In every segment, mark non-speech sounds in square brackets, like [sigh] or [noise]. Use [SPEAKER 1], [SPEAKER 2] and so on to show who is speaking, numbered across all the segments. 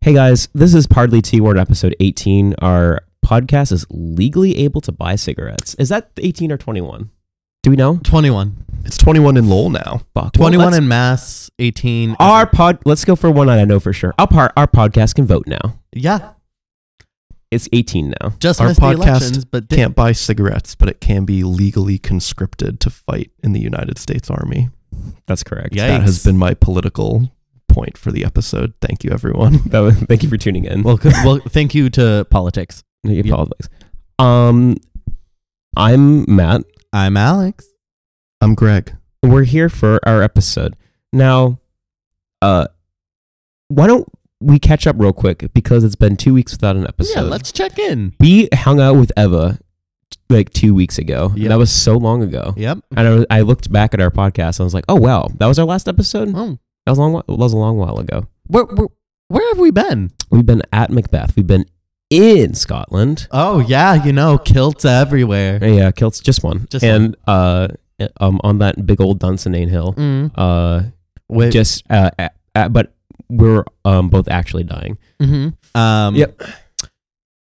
[SPEAKER 1] Hey guys, this is Pardly T Word episode 18. Our podcast is legally able to buy cigarettes. Is that 18 or 21? Do we know?
[SPEAKER 2] 21.
[SPEAKER 3] It's 21 in Lowell now.
[SPEAKER 1] Fuck.
[SPEAKER 2] 21
[SPEAKER 1] let's-
[SPEAKER 2] in mass, 18. in-
[SPEAKER 1] our pod. Let's go for one that I know for sure. Our, par- our podcast can vote now.
[SPEAKER 2] yeah,
[SPEAKER 1] It's 18 now.
[SPEAKER 2] just
[SPEAKER 3] Our
[SPEAKER 2] missed the
[SPEAKER 3] podcast
[SPEAKER 2] elections, but did
[SPEAKER 3] Can't buy cigarettes, but it can be legally conscripted to fight in the United States Army.
[SPEAKER 1] That's correct.
[SPEAKER 2] Yeah.
[SPEAKER 3] That
[SPEAKER 2] Yikes.
[SPEAKER 3] has been my political point for the episode. Thank you, everyone. [laughs]
[SPEAKER 1] That was- thank you for tuning in.
[SPEAKER 2] Well, good- well, thank you to politics.
[SPEAKER 1] You
[SPEAKER 2] yeah.
[SPEAKER 1] apologize. Um, I'm Matt.
[SPEAKER 2] I'm Alex.
[SPEAKER 3] I'm Greg.
[SPEAKER 1] we're here for our episode. Now, uh, why don't we catch up real quick because it's been two weeks without an episode.
[SPEAKER 2] yeah, let's check in.
[SPEAKER 1] we hung out with Eva like two weeks ago.
[SPEAKER 2] Yep.
[SPEAKER 1] That was so long ago.
[SPEAKER 2] Yep.
[SPEAKER 1] And I, was- I looked back at our podcast and I was like, oh, wow, that was our last episode? That
[SPEAKER 2] Oh,
[SPEAKER 1] was a long, that was a long while ago.
[SPEAKER 2] where, where, where have we been?
[SPEAKER 1] We've been at Macbeth. We've been in Scotland.
[SPEAKER 2] Oh, yeah, you know, kilts everywhere.
[SPEAKER 1] Yeah, Kilts, just one.
[SPEAKER 2] Just
[SPEAKER 1] and Uh, um, on that big old Dunsinane Hill.
[SPEAKER 2] Mm.
[SPEAKER 1] Uh,
[SPEAKER 2] Wait,
[SPEAKER 1] just uh, a a- but we're um both actually dying.
[SPEAKER 2] Mm-hmm. Um,
[SPEAKER 1] Yep.
[SPEAKER 2] i-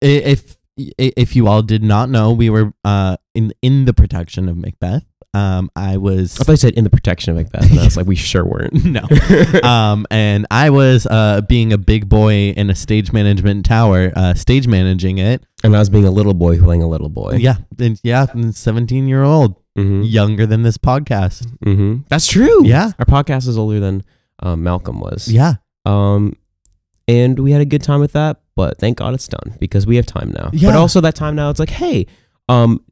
[SPEAKER 2] If i- if you all did not know, we were uh, in in the protection of Macbeth. Um, I was
[SPEAKER 1] I thought you said in the protection of Macbeth, and I was like, we sure weren't.
[SPEAKER 2] [laughs] no, um, and I was uh, being a big boy in a stage management tower, uh, stage managing it.
[SPEAKER 1] [laughs] And I was being a little boy playing a little
[SPEAKER 3] Oh.
[SPEAKER 1] boy.
[SPEAKER 2] Yeah, and- yeah, and seventeen year old,
[SPEAKER 1] hmm
[SPEAKER 2] younger than this podcast.
[SPEAKER 1] hmm that's true.
[SPEAKER 2] Yeah,
[SPEAKER 1] our podcast is older than um, Malcolm was.
[SPEAKER 2] yeah,
[SPEAKER 1] Um, and we had a good time with that, but thank God it's done because we have time now. But
[SPEAKER 2] Yeah.
[SPEAKER 1] also that time now, it's like, hey, um,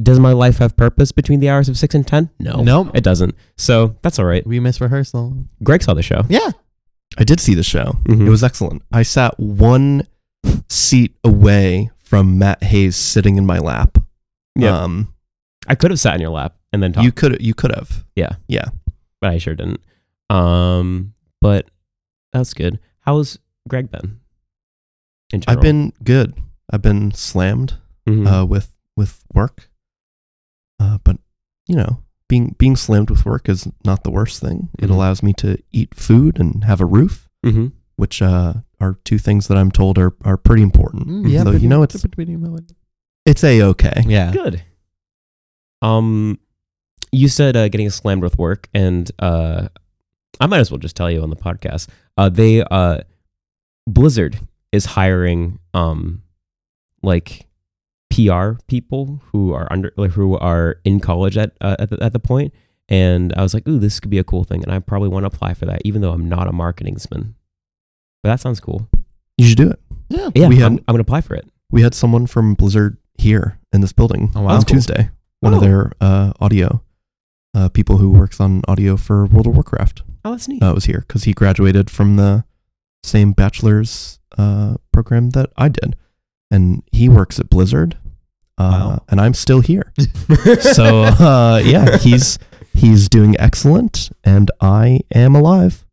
[SPEAKER 1] does my life have purpose between the hours of six and ten? No,
[SPEAKER 2] Nope.
[SPEAKER 1] it doesn't. So that's all right.
[SPEAKER 2] we miss rehearsal.
[SPEAKER 1] Greg saw the show.
[SPEAKER 2] Yeah,
[SPEAKER 3] I did see the show.
[SPEAKER 1] Mhm.
[SPEAKER 3] It was excellent. I sat one seat away from Matt Hayes sitting in my lap.
[SPEAKER 1] Yeah.
[SPEAKER 3] Um,
[SPEAKER 1] I could have sat in your lap and then talked.
[SPEAKER 3] you could you could have.
[SPEAKER 1] but I sure didn't. Um, but that's good. How's Greg been? In general?
[SPEAKER 3] I've been good. I've been slammed
[SPEAKER 1] Mhm.
[SPEAKER 2] Hmm.
[SPEAKER 3] uh, with with work. Uh, but you know, being being slammed with work is not the worst thing. It
[SPEAKER 1] Mhm.
[SPEAKER 2] Mm-hmm.
[SPEAKER 3] allows me to eat food and have a roof,
[SPEAKER 1] Mhm.
[SPEAKER 3] which uh, are two things that I'm told are are pretty important.
[SPEAKER 2] Mm, yeah.
[SPEAKER 3] Hmm. so you know, it's it's a okay.
[SPEAKER 2] [laughs] yeah.
[SPEAKER 1] good. Um, you said uh, getting slammed with work, and uh, I might as well just tell you on the podcast. Uh, they uh, Blizzard is hiring um, like PR people who are under like, who are in college at uh, at, the, at the point. And I was like, "Ooh, this could be a cool thing," and I probably want to apply for that, even though I'm not a marketingsman. But that sounds cool.
[SPEAKER 3] You should do it.
[SPEAKER 2] Yeah.
[SPEAKER 1] Yeah,
[SPEAKER 3] We
[SPEAKER 1] I'm,
[SPEAKER 3] had-
[SPEAKER 1] I'm gonna apply for it.
[SPEAKER 3] We had someone from Blizzard here in this building
[SPEAKER 2] Oh, wow.
[SPEAKER 3] on
[SPEAKER 2] That's cool.
[SPEAKER 3] Tuesday. One of
[SPEAKER 1] Oh.
[SPEAKER 3] their uh, audio uh, people who works on audio for World of Warcraft
[SPEAKER 1] Oh, that's neat.
[SPEAKER 3] uh, was here because he graduated from the same bachelor's uh, program that I did, and he works at Blizzard. Uh,
[SPEAKER 2] Wow.
[SPEAKER 3] And I'm still here, so uh,
[SPEAKER 2] [laughs]
[SPEAKER 3] yeah, he's he's doing excellent, and I am alive.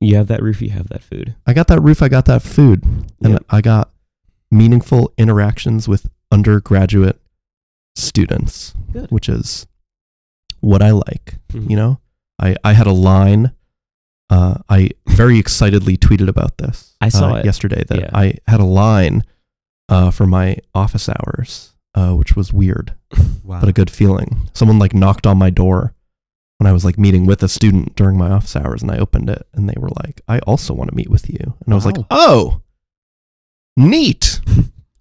[SPEAKER 1] you have that roof, you have that food.
[SPEAKER 3] I got that roof, I got that food, and
[SPEAKER 1] Yep.
[SPEAKER 3] I got meaningful interactions with undergraduate students,
[SPEAKER 1] Good.
[SPEAKER 3] which is what I like.
[SPEAKER 1] Mhm.
[SPEAKER 3] You know, I, I had a line. Uh, I very excitedly tweeted about this.
[SPEAKER 1] I saw
[SPEAKER 3] uh,
[SPEAKER 1] it.
[SPEAKER 3] yesterday that
[SPEAKER 1] Yeah.
[SPEAKER 3] I had a line uh, for my office hours, uh, which was weird
[SPEAKER 2] Wow.
[SPEAKER 3] but a good feeling. Someone like knocked on my door when I was like meeting with a student during my office hours and I opened it and they were like, I also want to meet with you. And I was like,
[SPEAKER 2] Wow.
[SPEAKER 3] oh,
[SPEAKER 2] [laughs]
[SPEAKER 3] neat.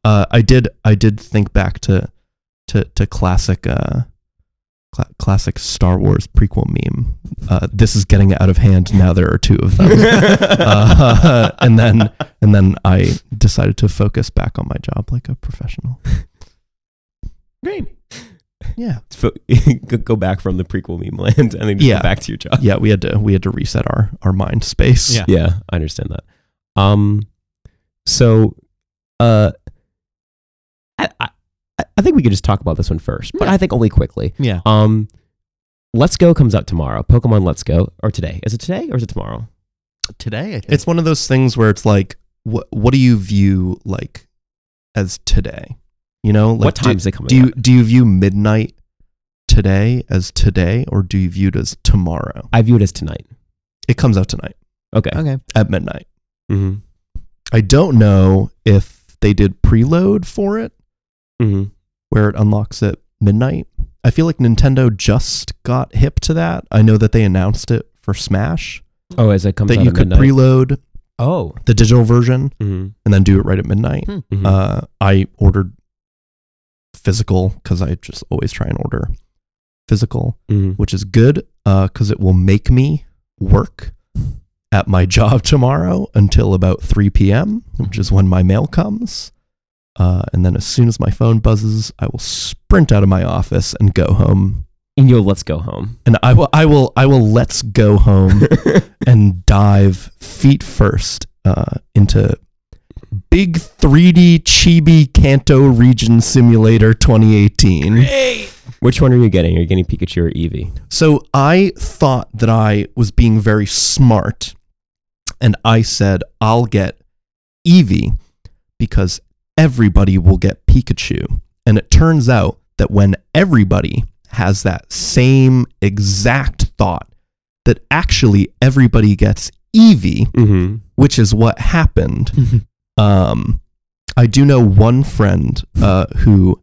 [SPEAKER 3] uh, I did, I did think back to, to, to classic, uh, cla classic Star Wars prequel meme. Uh, this is getting out of hand. Now there are two of them. uh, [laughs] and then, and then I decided to focus back on my job like a professional.
[SPEAKER 2] Great.
[SPEAKER 3] Yeah.
[SPEAKER 1] Fo- [laughs] go- go back from the prequel meme land and then just
[SPEAKER 3] Yeah.
[SPEAKER 1] go back to your job. [laughs]
[SPEAKER 3] yeah, we had to we had to reset our our mind space.
[SPEAKER 2] Yeah.
[SPEAKER 1] Yeah, I understand that. Um, so, uh, I, I, I think we could just talk about this one first, but
[SPEAKER 2] Yeah.
[SPEAKER 1] I think only quickly.
[SPEAKER 2] Yeah.
[SPEAKER 1] Um, Let's Go comes out tomorrow. Pokemon Let's Go, or today? Is it today or is it tomorrow?
[SPEAKER 2] Today, I think.
[SPEAKER 3] It's one of those things where it's like, what what do you view like as today? You know, like
[SPEAKER 1] what
[SPEAKER 3] do-
[SPEAKER 1] time is it coming?
[SPEAKER 3] Do you
[SPEAKER 1] out?
[SPEAKER 3] do you view midnight today as today, or do you view it as tomorrow?
[SPEAKER 1] I view it as tonight.
[SPEAKER 3] It comes out tonight
[SPEAKER 1] Okay.
[SPEAKER 2] okay.
[SPEAKER 3] at midnight.
[SPEAKER 1] Mm-hmm.
[SPEAKER 3] I don't know if they did preload for it
[SPEAKER 1] Mm-hmm.
[SPEAKER 3] where it unlocks at midnight. I feel like Nintendo just got hip to that. I know that they announced it for Smash
[SPEAKER 1] Oh, as it comes
[SPEAKER 3] that
[SPEAKER 1] out
[SPEAKER 3] you
[SPEAKER 1] at
[SPEAKER 3] could
[SPEAKER 1] midnight.
[SPEAKER 3] preload
[SPEAKER 1] oh.
[SPEAKER 3] the digital version
[SPEAKER 1] Mm-hmm.
[SPEAKER 3] and then do it right at midnight.
[SPEAKER 1] Mhm.
[SPEAKER 3] Uh, I ordered physical because I just always try and order physical,
[SPEAKER 1] Mm-hmm.
[SPEAKER 3] which is good because it will make me work at my [laughs] job tomorrow until about 3 p.m., which is when my mail comes. Uh, and then as soon as my phone buzzes, I will sprint out of my office and go home.
[SPEAKER 1] And yo, let's go home. [laughs]
[SPEAKER 3] And I will, I will, I will. Let's go home and dive feet first uh, into big 3D Chibi Kanto Region Simulator 2018.
[SPEAKER 1] Which one are you getting? Are you getting Pikachu or Eevee?
[SPEAKER 3] So I thought that I was being very smart, and I said I'll get Eevee because everybody will get Pikachu. And it turns out that when everybody has that same exact thought, that actually everybody gets Eevee,
[SPEAKER 1] Mm-hmm.
[SPEAKER 3] which is what happened. Um, I do know one friend uh, who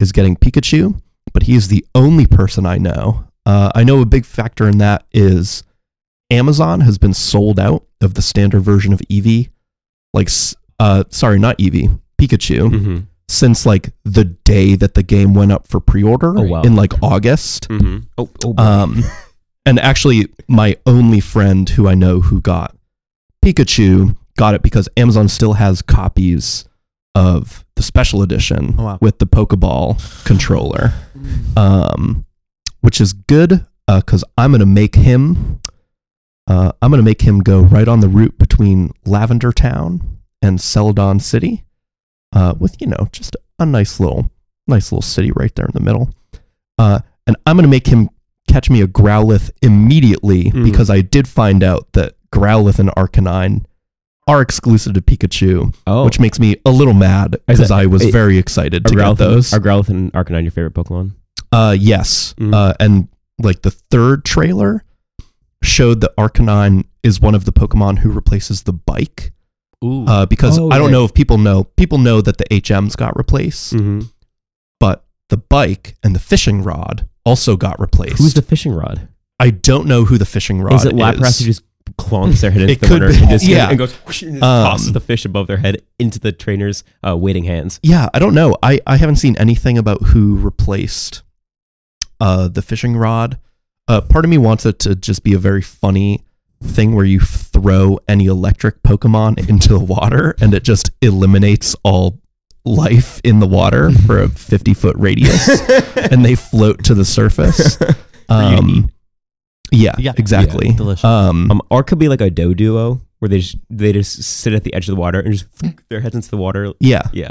[SPEAKER 3] is getting Pikachu, but he is the only person I know. Uh, I know a big factor in that is Amazon has been sold out of the standard version of Eevee, like, s- uh, sorry, not Eevee, Pikachu,
[SPEAKER 1] Mm-hmm.
[SPEAKER 3] since like the day that the game went up for pre order
[SPEAKER 1] Oh, wow.
[SPEAKER 3] in like August.
[SPEAKER 1] Mm-hmm. Oh, oh boy.
[SPEAKER 3] Um, and actually, my only friend who I know who got Pikachu got it because Amazon still has copies of the special edition
[SPEAKER 2] Oh, wow.
[SPEAKER 3] with the Pokeball controller, um, which is good because I'm gonna make him. Uh, I'm gonna make him go right on the route between Lavender Town and Celadon City, uh, with you know just a nice little, nice little city right there in the middle. Uh, and I'm gonna make him catch me a Growlithe immediately
[SPEAKER 1] Mm.
[SPEAKER 3] because I did find out that Growlithe and Arcanine are exclusive to Pikachu,
[SPEAKER 1] oh,
[SPEAKER 3] which makes me a little mad
[SPEAKER 1] Is
[SPEAKER 3] because
[SPEAKER 1] that-
[SPEAKER 3] I was
[SPEAKER 1] it-
[SPEAKER 3] very excited
[SPEAKER 1] are
[SPEAKER 3] to
[SPEAKER 1] Growlithe,
[SPEAKER 3] get those.
[SPEAKER 1] Are Growlithe and Arcanine your favorite Pokemon?
[SPEAKER 3] Uh, yes.
[SPEAKER 1] Mm.
[SPEAKER 3] Uh, and like the third trailer showed that Arcanine is one of the Pokemon who replaces the bike.
[SPEAKER 2] Ooh.
[SPEAKER 3] Uh, because
[SPEAKER 1] Oh,
[SPEAKER 3] I don't
[SPEAKER 1] yeah.
[SPEAKER 3] know if people know, people know that the HMs got replaced,
[SPEAKER 1] Mm-hmm.
[SPEAKER 3] but the bike and the fishing rod also got replaced.
[SPEAKER 1] Who's the fishing rod?
[SPEAKER 3] I don't know who the fishing rod
[SPEAKER 1] is it Lapras who just clonks
[SPEAKER 3] [laughs]
[SPEAKER 1] their head into
[SPEAKER 3] It
[SPEAKER 1] the
[SPEAKER 3] could
[SPEAKER 1] water
[SPEAKER 3] be,
[SPEAKER 1] and, just
[SPEAKER 3] yeah.
[SPEAKER 1] and goes whoosh, and just
[SPEAKER 3] Um,
[SPEAKER 1] tosses the fish above their head into the trainer's uh, waiting hands?
[SPEAKER 3] yeah, I don't know. I, I haven't seen anything about who replaced uh, the fishing rod. Uh, part of me wants it to just be a very funny thing where you throw any electric Pokemon [laughs] into the water and it just eliminates all life in
[SPEAKER 1] [laughs]
[SPEAKER 3] the water for a 50 foot radius [laughs] and they float to the surface.
[SPEAKER 1] you to
[SPEAKER 3] Um, yeah,
[SPEAKER 2] Yeah.
[SPEAKER 3] exactly.
[SPEAKER 2] Delicious.
[SPEAKER 1] [laughs]
[SPEAKER 3] Um,
[SPEAKER 1] Um, or it could be like a doe duo where they just they just sit at the edge of the water and just thunk their heads into the water.
[SPEAKER 3] yeah,
[SPEAKER 1] Yeah,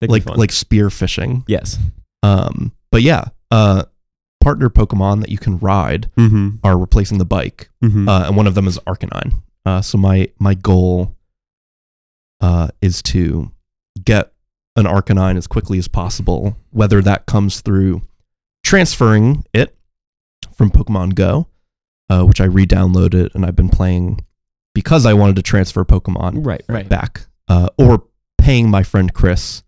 [SPEAKER 1] That'd be
[SPEAKER 3] like
[SPEAKER 1] fun.
[SPEAKER 3] like spear fishing.
[SPEAKER 1] yes.
[SPEAKER 3] Um, but yeah, uh, partner Pokemon that you can ride
[SPEAKER 1] Mm-hmm.
[SPEAKER 3] are replacing the bike,
[SPEAKER 1] Mm-hmm.
[SPEAKER 3] uh, and one of them is Arcanine. Uh, so my my goal uh, is to get an Arcanine as quickly as possible, whether that comes through transferring it from Pokemon Go, uh, which I re-downloaded and I've been playing because I wanted to transfer Pokemon
[SPEAKER 1] right, right.
[SPEAKER 2] Right.
[SPEAKER 3] back, uh, or paying my friend Chris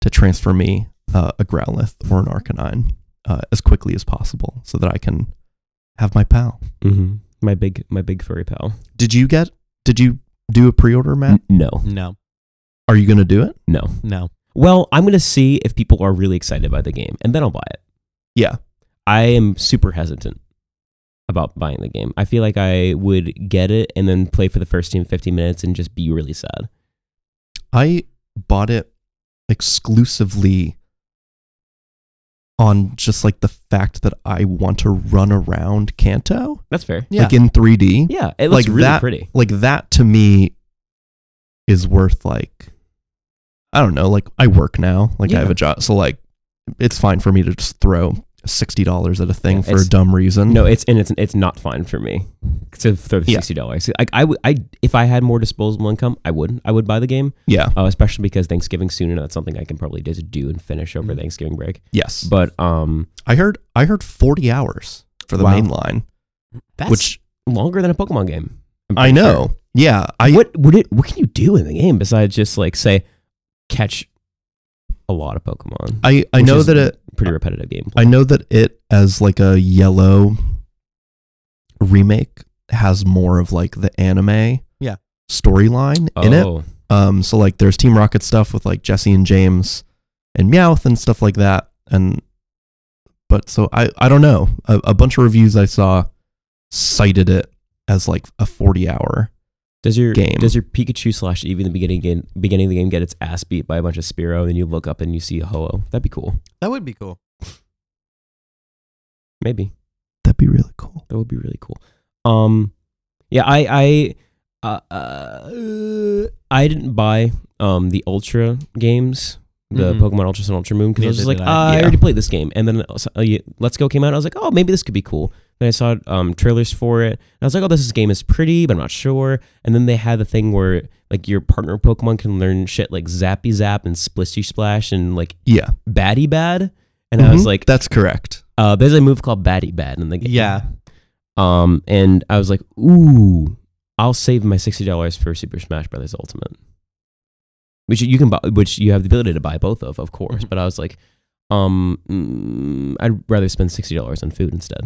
[SPEAKER 3] to transfer me uh, a Growlithe or an Arcanine uh, as quickly as possible so that I can have my pal.
[SPEAKER 1] Mm-hmm. My big my big furry pal.
[SPEAKER 3] Did you get? Did you do a pre-order, Matt?
[SPEAKER 1] No,
[SPEAKER 2] No,
[SPEAKER 3] Mm. Are you going to do it?
[SPEAKER 1] no.
[SPEAKER 2] no.
[SPEAKER 1] Well, I'm gonna see if people are really excited by the game, and then I'll buy it.
[SPEAKER 3] Yeah.
[SPEAKER 1] I am super hesitant about buying the game. I feel like I would get it and then play for the first 10, 15 minutes and just be really sad.
[SPEAKER 3] I bought it exclusively on just like the fact that I want to run around Kanto,
[SPEAKER 1] That's fair.
[SPEAKER 2] Yeah.
[SPEAKER 3] like in 3D.
[SPEAKER 1] Yeah, it looks
[SPEAKER 3] Like
[SPEAKER 1] really
[SPEAKER 3] that-
[SPEAKER 1] pretty.
[SPEAKER 3] Like that to me is worth like I don't know, like I work now, like I have
[SPEAKER 1] Yeah.
[SPEAKER 3] a job, so like it's fine for me to just throw sixty dollars at a thing
[SPEAKER 1] Yeah,
[SPEAKER 3] for a
[SPEAKER 1] it's-
[SPEAKER 3] dumb reason.
[SPEAKER 1] No, it's and it's it's not fine for me to throw the
[SPEAKER 3] Yeah.
[SPEAKER 1] sixty dollars. Like I would, I if I had more disposable income, I would, I would buy the game.
[SPEAKER 3] Yeah.
[SPEAKER 1] Uh, especially because Thanksgiving's soon, and that's something I can probably just do and finish
[SPEAKER 3] Mm.
[SPEAKER 1] over Thanksgiving break.
[SPEAKER 3] Yes.
[SPEAKER 1] But um,
[SPEAKER 3] I heard I heard forty hours for the
[SPEAKER 1] Wow.
[SPEAKER 3] main line,
[SPEAKER 1] that's
[SPEAKER 3] which
[SPEAKER 1] longer than a Pokemon game. I'm
[SPEAKER 3] I
[SPEAKER 1] pretty
[SPEAKER 3] know. Yeah, I
[SPEAKER 1] what would it? What can you do in the game besides just like say catch a lot of Pokemon?
[SPEAKER 3] I, I
[SPEAKER 1] Which
[SPEAKER 3] know
[SPEAKER 1] is
[SPEAKER 3] that it
[SPEAKER 1] pretty repetitive game.
[SPEAKER 3] I know that it as like a yellow remake has more of like the anime
[SPEAKER 2] Yeah.
[SPEAKER 3] storyline in it.
[SPEAKER 1] Oh,
[SPEAKER 3] Um, so like there's Team Rocket stuff with like Jesse and James and Meowth and stuff like that. And but so I I don't know. A, a bunch of reviews I saw cited it as like a 40 hour.
[SPEAKER 1] does your
[SPEAKER 3] Game.
[SPEAKER 1] does your Pikachu slash Eevee in the beginning game, beginning of the game get its ass beat by a bunch of Spearow, and then you look up and you see Ho-Oh? That'd be cool.
[SPEAKER 2] That would be cool.
[SPEAKER 1] Maybe.
[SPEAKER 3] That'd be really cool.
[SPEAKER 1] That would be really cool. Um, yeah, I I uh, uh, I didn't buy um the Ultra games, the
[SPEAKER 2] Mhm.
[SPEAKER 1] Pokemon Ultra Sun, Ultra Moon, because I was
[SPEAKER 2] Neither
[SPEAKER 1] just like,
[SPEAKER 2] did
[SPEAKER 1] ah,
[SPEAKER 2] I.
[SPEAKER 1] I
[SPEAKER 3] Yeah.
[SPEAKER 1] already played this game, and then uh, so- uh, yeah, Let's Go came out. I was like, oh, maybe this could be cool. Then I saw um trailers for it, and I was like, oh, this is- game is pretty, but I'm not sure. And then they had the thing where like your partner Pokemon can learn shit like Zappy Zap and Splishy Splash and like
[SPEAKER 3] Yeah.
[SPEAKER 1] Batty Bad, and I
[SPEAKER 2] Mm-hmm.
[SPEAKER 1] was
[SPEAKER 3] Mhm.
[SPEAKER 1] like,
[SPEAKER 3] that's correct.
[SPEAKER 1] uh, there's a move called Batty Bad in the game.
[SPEAKER 2] Yeah.
[SPEAKER 1] Um, and I was like, ooh, I'll save my sixty dollars for Super Smash Brothers Ultimate, which you can buy, which you have the ability to buy both of, of course.
[SPEAKER 3] Mm-hmm.
[SPEAKER 2] Mhm.
[SPEAKER 1] But I was like, um, mm, I'd rather spend sixty dollars on food instead.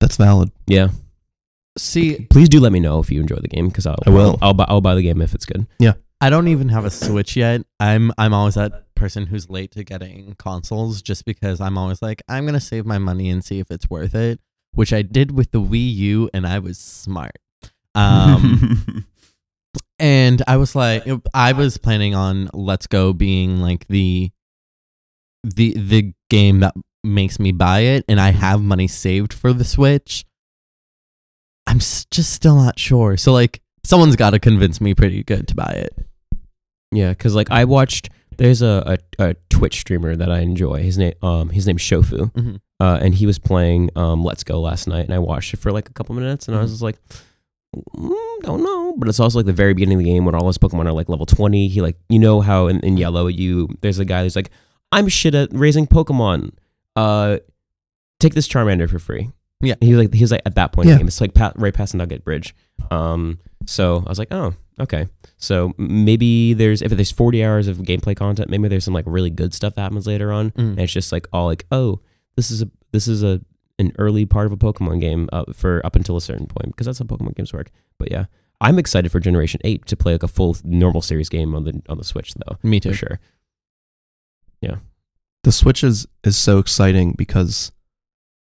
[SPEAKER 3] That's valid.
[SPEAKER 1] Yeah,
[SPEAKER 2] See,
[SPEAKER 1] please do let me know if you enjoy the game because I'll
[SPEAKER 3] I will.
[SPEAKER 1] I'll, buy I'll buy the game if it's good.
[SPEAKER 2] I don't even have a Switch yet. I'm I'm always that person who's late to getting consoles just because I'm always like, I'm gonna save my money and see if it's worth it. Which I did with the Wii U and I was smart. Um
[SPEAKER 3] [laughs]
[SPEAKER 2] and I was like I was planning on Let's Go being like the the the game that makes me buy it and I have money saved for the Switch. I'm s- just still not sure. So like someone's got to convince me pretty good to buy it.
[SPEAKER 1] Yeah, because like I watched, there's a, a a Twitch streamer that I enjoy. His name um his name's Shofu.
[SPEAKER 2] Mhm.
[SPEAKER 1] uh, and he was playing um, Let's Go last night, and I watched it for like a couple minutes, and I was
[SPEAKER 2] Mhm.
[SPEAKER 1] just like, mm, don't know. But it's also like the very beginning of the game when all his Pokemon are like level twenty. He like you know how in, in Yellow you there's a guy who's like, I'm shit at raising Pokemon. Uh, take this Charmander for free.
[SPEAKER 2] Yeah.
[SPEAKER 1] he was like he was like at that point in
[SPEAKER 3] Yeah.
[SPEAKER 1] the game. It's like pa- right past Nugget Bridge. Um, so I was like, oh, okay. So m- maybe there's if there's 40 hours of gameplay content, maybe there's some like really good stuff that happens later on. And it's just like all like, oh, this is a this is a an early part of a Pokemon game uh, for up until a certain point because that's how Pokemon games work. But yeah, I'm excited for Generation Eight to play like a full normal series game on the on the Switch though
[SPEAKER 2] Me
[SPEAKER 1] for
[SPEAKER 2] too.
[SPEAKER 1] sure.
[SPEAKER 3] the Switch is is so exciting because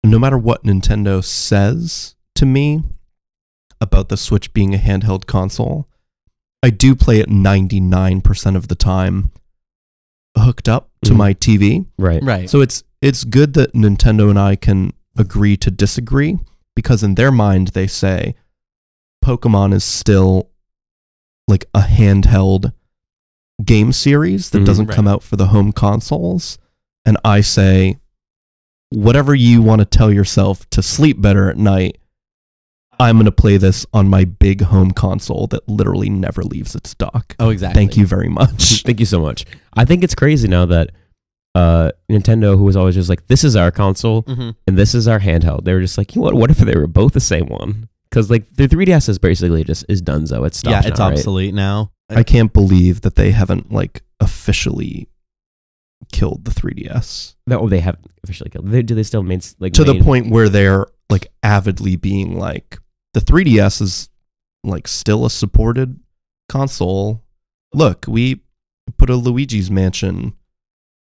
[SPEAKER 3] no matter what Nintendo says to me about the Switch being a handheld console, I do play it 99% of the time hooked up to
[SPEAKER 1] Mhm.
[SPEAKER 3] my TV.
[SPEAKER 1] Right.
[SPEAKER 2] Right.
[SPEAKER 3] So it's it's good that Nintendo and I can agree to disagree because in their mind they say Pokemon is still like a handheld game series that
[SPEAKER 1] Mhm.
[SPEAKER 3] doesn't come out for the home consoles and I say whatever you want to tell yourself to sleep better at night I'm going to play this on my big home console that literally never leaves its dock.
[SPEAKER 2] oh, exactly.
[SPEAKER 3] Thank you very much.
[SPEAKER 1] Thank you so much. I think it's crazy now that uh, Nintendo, who was always just like, this is our console
[SPEAKER 3] Mm-hmm.
[SPEAKER 2] hmm
[SPEAKER 1] and this is our handheld, they were just like, you know what? What if they were both the same one? Because like the 3DS is basically just is donezo. It's
[SPEAKER 2] Yeah, it's obsolete now.
[SPEAKER 3] I [laughs] can't believe that they haven't like officially killed the 3DS
[SPEAKER 1] That well, they have officially killed. They, do they still main like
[SPEAKER 3] to
[SPEAKER 1] main-
[SPEAKER 3] the point where they're like avidly being like the 3DS is like still a supported console. Look, we put a Luigi's Mansion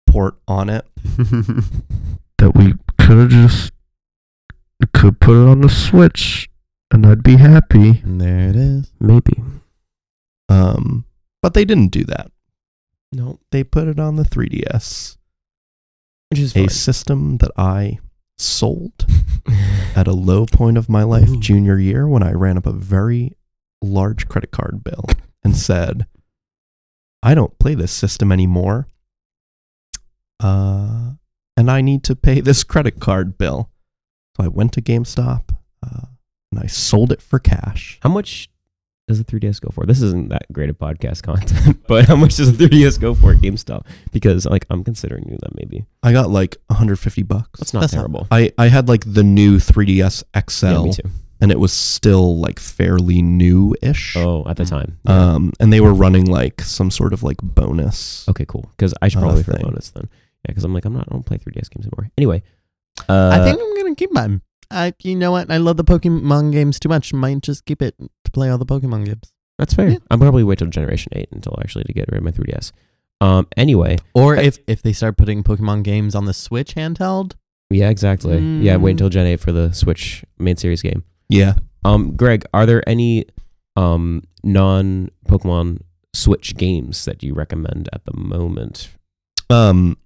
[SPEAKER 3] port on it.
[SPEAKER 4] that we could have just could put it on the Switch, and I'd be happy.
[SPEAKER 2] And there it is.
[SPEAKER 1] Maybe
[SPEAKER 3] Um, but they didn't do that.
[SPEAKER 1] no,
[SPEAKER 3] They put it on the 3DS,
[SPEAKER 1] which is
[SPEAKER 3] a
[SPEAKER 1] fine.
[SPEAKER 3] system that I
[SPEAKER 1] [laughs]
[SPEAKER 3] sold at a low point of my life
[SPEAKER 1] Ooh.
[SPEAKER 3] junior year when I ran up a very large credit card bill and said, I don't play this system anymore. Uh, and I need to pay this credit card bill. So I went to GameStop uh, and I sold it for cash.
[SPEAKER 1] How much does a 3DS go for? This isn't that great of podcast content, [laughs] but how much does a 3DS go for at GameStop? Because like I'm considering doing that maybe.
[SPEAKER 3] I got like 150 bucks.
[SPEAKER 1] That's not
[SPEAKER 2] That's not-
[SPEAKER 1] terrible.
[SPEAKER 3] I, I had like the new 3DS XL
[SPEAKER 1] yeah, me too.
[SPEAKER 3] and it was still like fairly new-ish.
[SPEAKER 1] Oh,
[SPEAKER 2] Mm.
[SPEAKER 1] at the time.
[SPEAKER 2] Uh,
[SPEAKER 3] Um, and they were running like some sort of like bonus.
[SPEAKER 1] Okay, cool. Because I should
[SPEAKER 3] Uh,
[SPEAKER 1] probably for
[SPEAKER 3] thing.
[SPEAKER 1] bonus then. Yeah, because I'm like I'm not. I don't play 3DS games anymore. Anyway, uh,
[SPEAKER 2] I think I'm gonna keep mine. I, you know what? I love the Pokemon games too much. Might just keep it to play all the Pokemon games,
[SPEAKER 1] that's fair.
[SPEAKER 2] yeah.
[SPEAKER 1] I'm probably wait till Generation Eight until actually to get rid of my 3DS. Um. Anyway.
[SPEAKER 2] or if if they start putting Pokemon games on the Switch handheld,
[SPEAKER 1] Yeah. Exactly. Yeah. Wait
[SPEAKER 2] Mm.
[SPEAKER 1] until Gen Eight for the Switch main series game.
[SPEAKER 3] Yeah.
[SPEAKER 1] Um, Greg, are there any um non Pokemon Switch games that you recommend at the moment?
[SPEAKER 3] Um,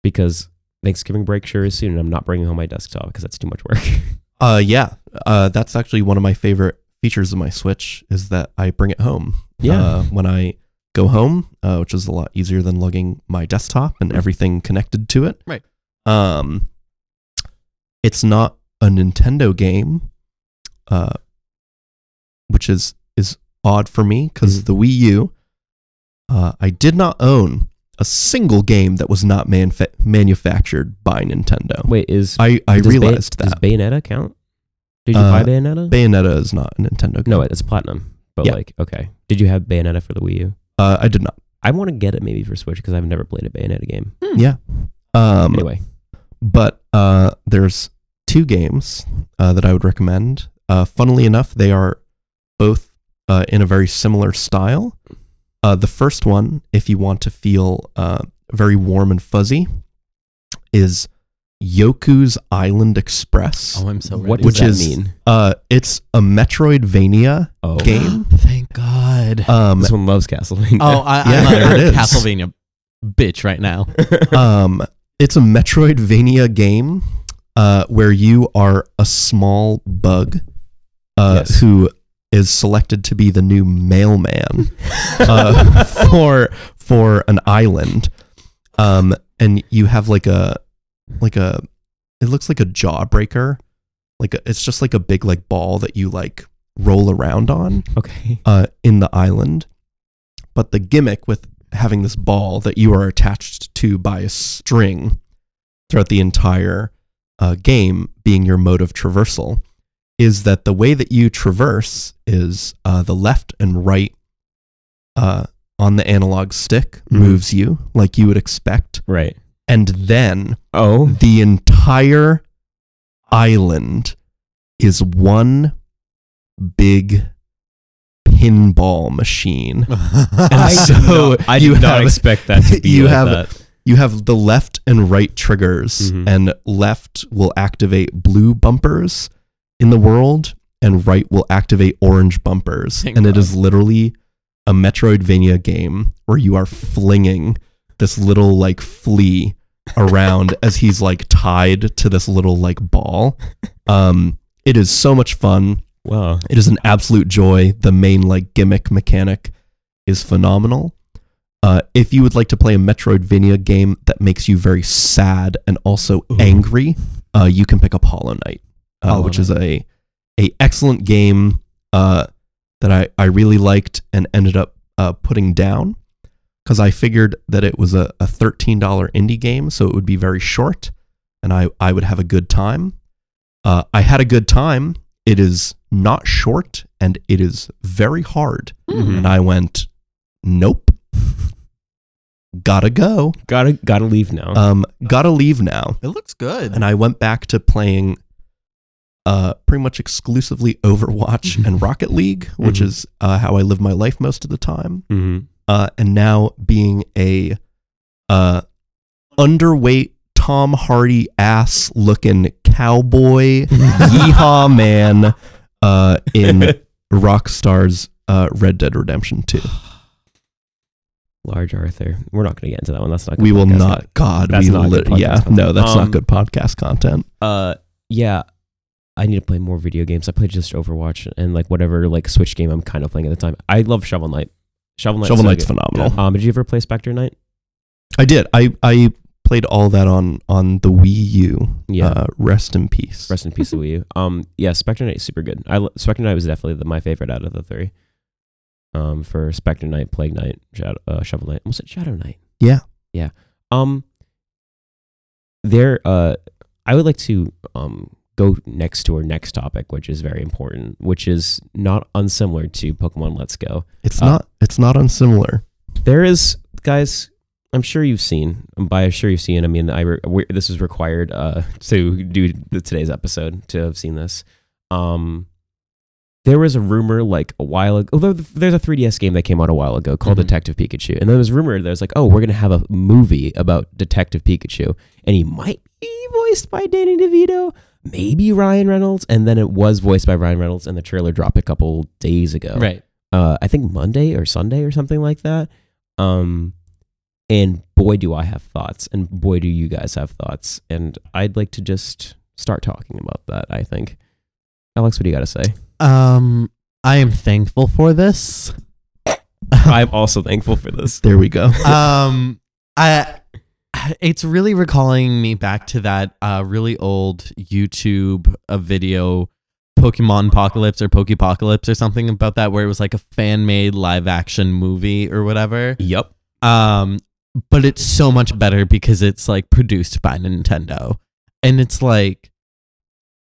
[SPEAKER 1] Because Thanksgiving break sure is soon, and I'm not bringing home my desktop because that's too much work.
[SPEAKER 3] [laughs] uh, yeah. Uh, that's actually one of my favorite features of my Switch is that I bring it home. uh, when I go home, uh, which is a lot easier than lugging my desktop and everything connected to it.
[SPEAKER 2] Right.
[SPEAKER 3] Um, it's not a Nintendo game, uh, which is is odd for me
[SPEAKER 1] Mm-hmm.
[SPEAKER 3] because the Wii U, uh, I did not own a single game that was not manfa- manufactured by Nintendo.
[SPEAKER 1] wait, is
[SPEAKER 3] I I
[SPEAKER 1] does Bay-
[SPEAKER 3] realized
[SPEAKER 1] does
[SPEAKER 3] that
[SPEAKER 1] Bayonetta count? Did you
[SPEAKER 3] Uh,
[SPEAKER 1] buy Bayonetta?
[SPEAKER 3] Bayonetta is not a Nintendo. Game.
[SPEAKER 1] no, it's platinum. But
[SPEAKER 3] Yeah.
[SPEAKER 1] like, okay, did you have Bayonetta for the Wii U?
[SPEAKER 3] uh, I did not.
[SPEAKER 1] I want to get it maybe for Switch because I've never played a Bayonetta game.
[SPEAKER 3] Yeah. Um,
[SPEAKER 1] Anyway,
[SPEAKER 3] but uh, there's two games uh, that I would recommend. Uh, funnily enough, they are both uh, in a very similar style. Uh, the first one, if you want to feel uh, very warm and fuzzy, is Yoku's Island Express.
[SPEAKER 2] Oh, I'm so
[SPEAKER 1] what
[SPEAKER 2] ready.
[SPEAKER 1] does
[SPEAKER 3] Which
[SPEAKER 1] that
[SPEAKER 3] is-
[SPEAKER 1] mean?
[SPEAKER 3] Uh, it's a Metroidvania
[SPEAKER 1] Oh,
[SPEAKER 2] [gasps]
[SPEAKER 3] game.
[SPEAKER 2] Thank God.
[SPEAKER 1] [laughs]
[SPEAKER 3] Um,
[SPEAKER 1] this one loves Castlevania.
[SPEAKER 2] oh, I,
[SPEAKER 3] Yeah,
[SPEAKER 2] I'm
[SPEAKER 3] there it
[SPEAKER 2] a
[SPEAKER 3] is.
[SPEAKER 2] Castlevania bitch right now. [laughs]
[SPEAKER 3] um, it's a Metroidvania game uh, where you are a small bug uh,
[SPEAKER 1] Yes.
[SPEAKER 3] who is selected to be the new mailman
[SPEAKER 2] [laughs]
[SPEAKER 3] uh, for for an island, um, and you have like a like a it looks like a jawbreaker, like a, it's just like a big like ball that you like roll around on
[SPEAKER 1] [laughs] okay.
[SPEAKER 3] uh, in the island. But the gimmick with having this ball that you are attached to by a string throughout the entire uh, game being your mode of traversal is that the way that you traverse is uh, the left and right uh, on the analog stick
[SPEAKER 1] Mhm.
[SPEAKER 3] moves you like you would expect.
[SPEAKER 1] Right.
[SPEAKER 3] And then
[SPEAKER 1] Oh,
[SPEAKER 3] the entire island is one big pinball machine.
[SPEAKER 1] I
[SPEAKER 3] so
[SPEAKER 1] did not- I
[SPEAKER 3] you
[SPEAKER 1] did not
[SPEAKER 3] have-
[SPEAKER 1] expect that
[SPEAKER 3] [laughs]
[SPEAKER 1] to be
[SPEAKER 3] you
[SPEAKER 1] like
[SPEAKER 3] have-
[SPEAKER 1] that.
[SPEAKER 3] You have the left and right triggers,
[SPEAKER 2] Mm-hmm.
[SPEAKER 1] Mhm.
[SPEAKER 3] and left will activate blue bumpers in the world, and right will activate orange bumpers.
[SPEAKER 2] Thank
[SPEAKER 3] and it
[SPEAKER 2] God.
[SPEAKER 3] is literally a Metroidvania game where you are flinging this little like flea around as he's like tied to this little like
[SPEAKER 2] [laughs]
[SPEAKER 3] ball. Um, it is so much fun.
[SPEAKER 1] Wow.
[SPEAKER 3] It is an absolute joy. The main like gimmick mechanic is phenomenal. Uh, if you would like to play a Metroidvania game that makes you very sad and also
[SPEAKER 1] Ooh.
[SPEAKER 3] angry, uh, you can pick up Hollow Knight, uh,
[SPEAKER 2] Hollow
[SPEAKER 3] which is a a excellent game uh, that I, I really liked and ended up uh, putting down because I figured that it was a, a $13 indie game, so it would be very short and I, I would have a good time. Uh, I had a good time. It is not short and it is very hard.
[SPEAKER 1] Mhm.
[SPEAKER 3] And I went, nope, gotta go.
[SPEAKER 1] Gotta gotta leave now.
[SPEAKER 3] Um, gotta leave now.
[SPEAKER 2] It looks good. [laughs]
[SPEAKER 3] And I went back to playing uh, pretty much exclusively Overwatch and Rocket League, which
[SPEAKER 1] Mhm.
[SPEAKER 3] is uh, how I live my life most of the time.
[SPEAKER 1] Mhm.
[SPEAKER 3] Uh, and now being a uh, underweight Tom Hardy ass looking
[SPEAKER 1] [laughs]
[SPEAKER 3] cowboy, yeehaw man uh, in
[SPEAKER 1] [laughs]
[SPEAKER 3] Rockstar's uh, Red Dead Redemption 2.
[SPEAKER 1] Large Arthur. We're not gonna get into that one. That's not. good
[SPEAKER 3] we will
[SPEAKER 1] podcast
[SPEAKER 3] not. God,
[SPEAKER 1] That's
[SPEAKER 3] we
[SPEAKER 1] not good
[SPEAKER 3] lit-
[SPEAKER 1] podcast
[SPEAKER 3] yeah,
[SPEAKER 1] content.
[SPEAKER 3] no, that's
[SPEAKER 1] Um,
[SPEAKER 3] not good podcast content.
[SPEAKER 1] Uh, yeah. I need to play more video games. I play just Overwatch and like whatever like Switch game I'm kind of playing at the time. I love Shovel Knight. Shovel Knight.
[SPEAKER 3] Shovel
[SPEAKER 1] so
[SPEAKER 3] Knight's
[SPEAKER 1] good.
[SPEAKER 3] phenomenal.
[SPEAKER 1] Um, did you ever play Spectre Knight?
[SPEAKER 3] I did. I I played all that on on the Wii U.
[SPEAKER 1] Yeah.
[SPEAKER 3] Uh, rest in peace.
[SPEAKER 1] Rest in peace, Wii U. Um, yeah, Spectre Knight is super good. I lo- Spectre Knight was definitely the, my favorite out of the three. Um, for Spectre Knight, Plague Knight, Shadow, uh, Shovel Knight, was it Shadow Knight?
[SPEAKER 3] Yeah.
[SPEAKER 1] yeah. Um, there. Uh, I would like to um go next to our next topic, which is very important, which is not unsimilar to Pokemon Let's Go.
[SPEAKER 3] It's
[SPEAKER 1] Uh,
[SPEAKER 3] not. It's not unsimilar.
[SPEAKER 1] There is, guys. I'm sure you've seen. And By sure you've seen, I mean I. Re- we this is required uh, to do the, today's episode to have seen this. Um, there was a rumor like a while ago. Although th- there's a 3DS game that came out a while ago called
[SPEAKER 2] Mhm.
[SPEAKER 1] Detective Pikachu, and there was rumored there was like, oh, we're gonna have a movie about Detective Pikachu, and he might be voiced by Danny DeVito, maybe Ryan Reynolds, and then it was voiced by Ryan Reynolds, and the trailer dropped a couple days ago
[SPEAKER 2] Right.
[SPEAKER 1] uh, I think Monday or Sunday or something like that. Um, and boy, do I have thoughts, and boy, do you guys have thoughts. And I'd like to just start talking about that. I think, Alex, what do you got to say?
[SPEAKER 2] Um, I am thankful for this.
[SPEAKER 1] [laughs] I'm also thankful for this.
[SPEAKER 3] There we
[SPEAKER 2] [laughs]
[SPEAKER 3] go.
[SPEAKER 2] um, I it's really recalling me back to that uh, really old YouTube uh, video, Pokemon Apocalypse or Pokepocalypse or something about that, where it was like a fan made live action movie or whatever.
[SPEAKER 1] Yep.
[SPEAKER 2] Um, but it's so much better because it's like produced by Nintendo, and it's like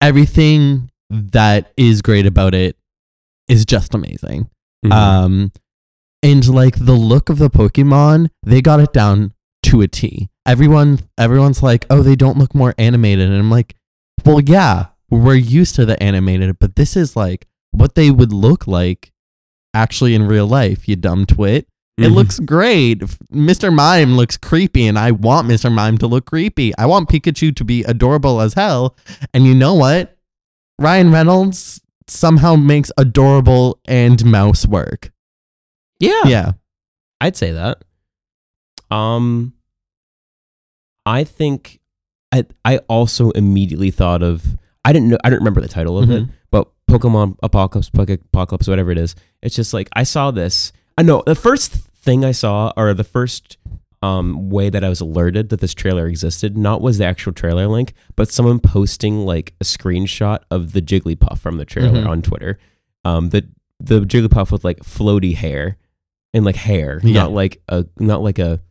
[SPEAKER 2] everything that is great about it is just amazing.
[SPEAKER 1] Mm-hmm. Uh,
[SPEAKER 2] Um, and like the look of the Pokemon, they got it down to a T. Everyone, everyone's like, oh, they don't look more animated, and I'm like, well, yeah, we're used to the animated, but this is like what they would look like actually in real life. You dumb twit.
[SPEAKER 1] Mm-hmm.
[SPEAKER 2] It looks great. F- Mr. Mime looks creepy, and I want Mr. Mime to look creepy. I want Pikachu to be adorable as hell. And you know what? Ryan Reynolds somehow makes adorable and mouse work.
[SPEAKER 1] yeah.
[SPEAKER 2] Yeah.
[SPEAKER 1] I'd say that. Um, I think I I also immediately thought of I didn't know I don't remember the title of it.
[SPEAKER 2] Mhm.
[SPEAKER 1] but Pokemon Apocalypse, Poke- Apocalypse, whatever it is, it's just like I saw this. I know the first thing I saw, or the first um, way that I was alerted that this trailer existed, not was the actual trailer link, but someone posting like a screenshot of the Jigglypuff from the trailer
[SPEAKER 2] Mhm.
[SPEAKER 1] on Twitter. Um, the the Jigglypuff with like floaty hair and like hair,
[SPEAKER 2] Yeah.
[SPEAKER 1] not like a not like a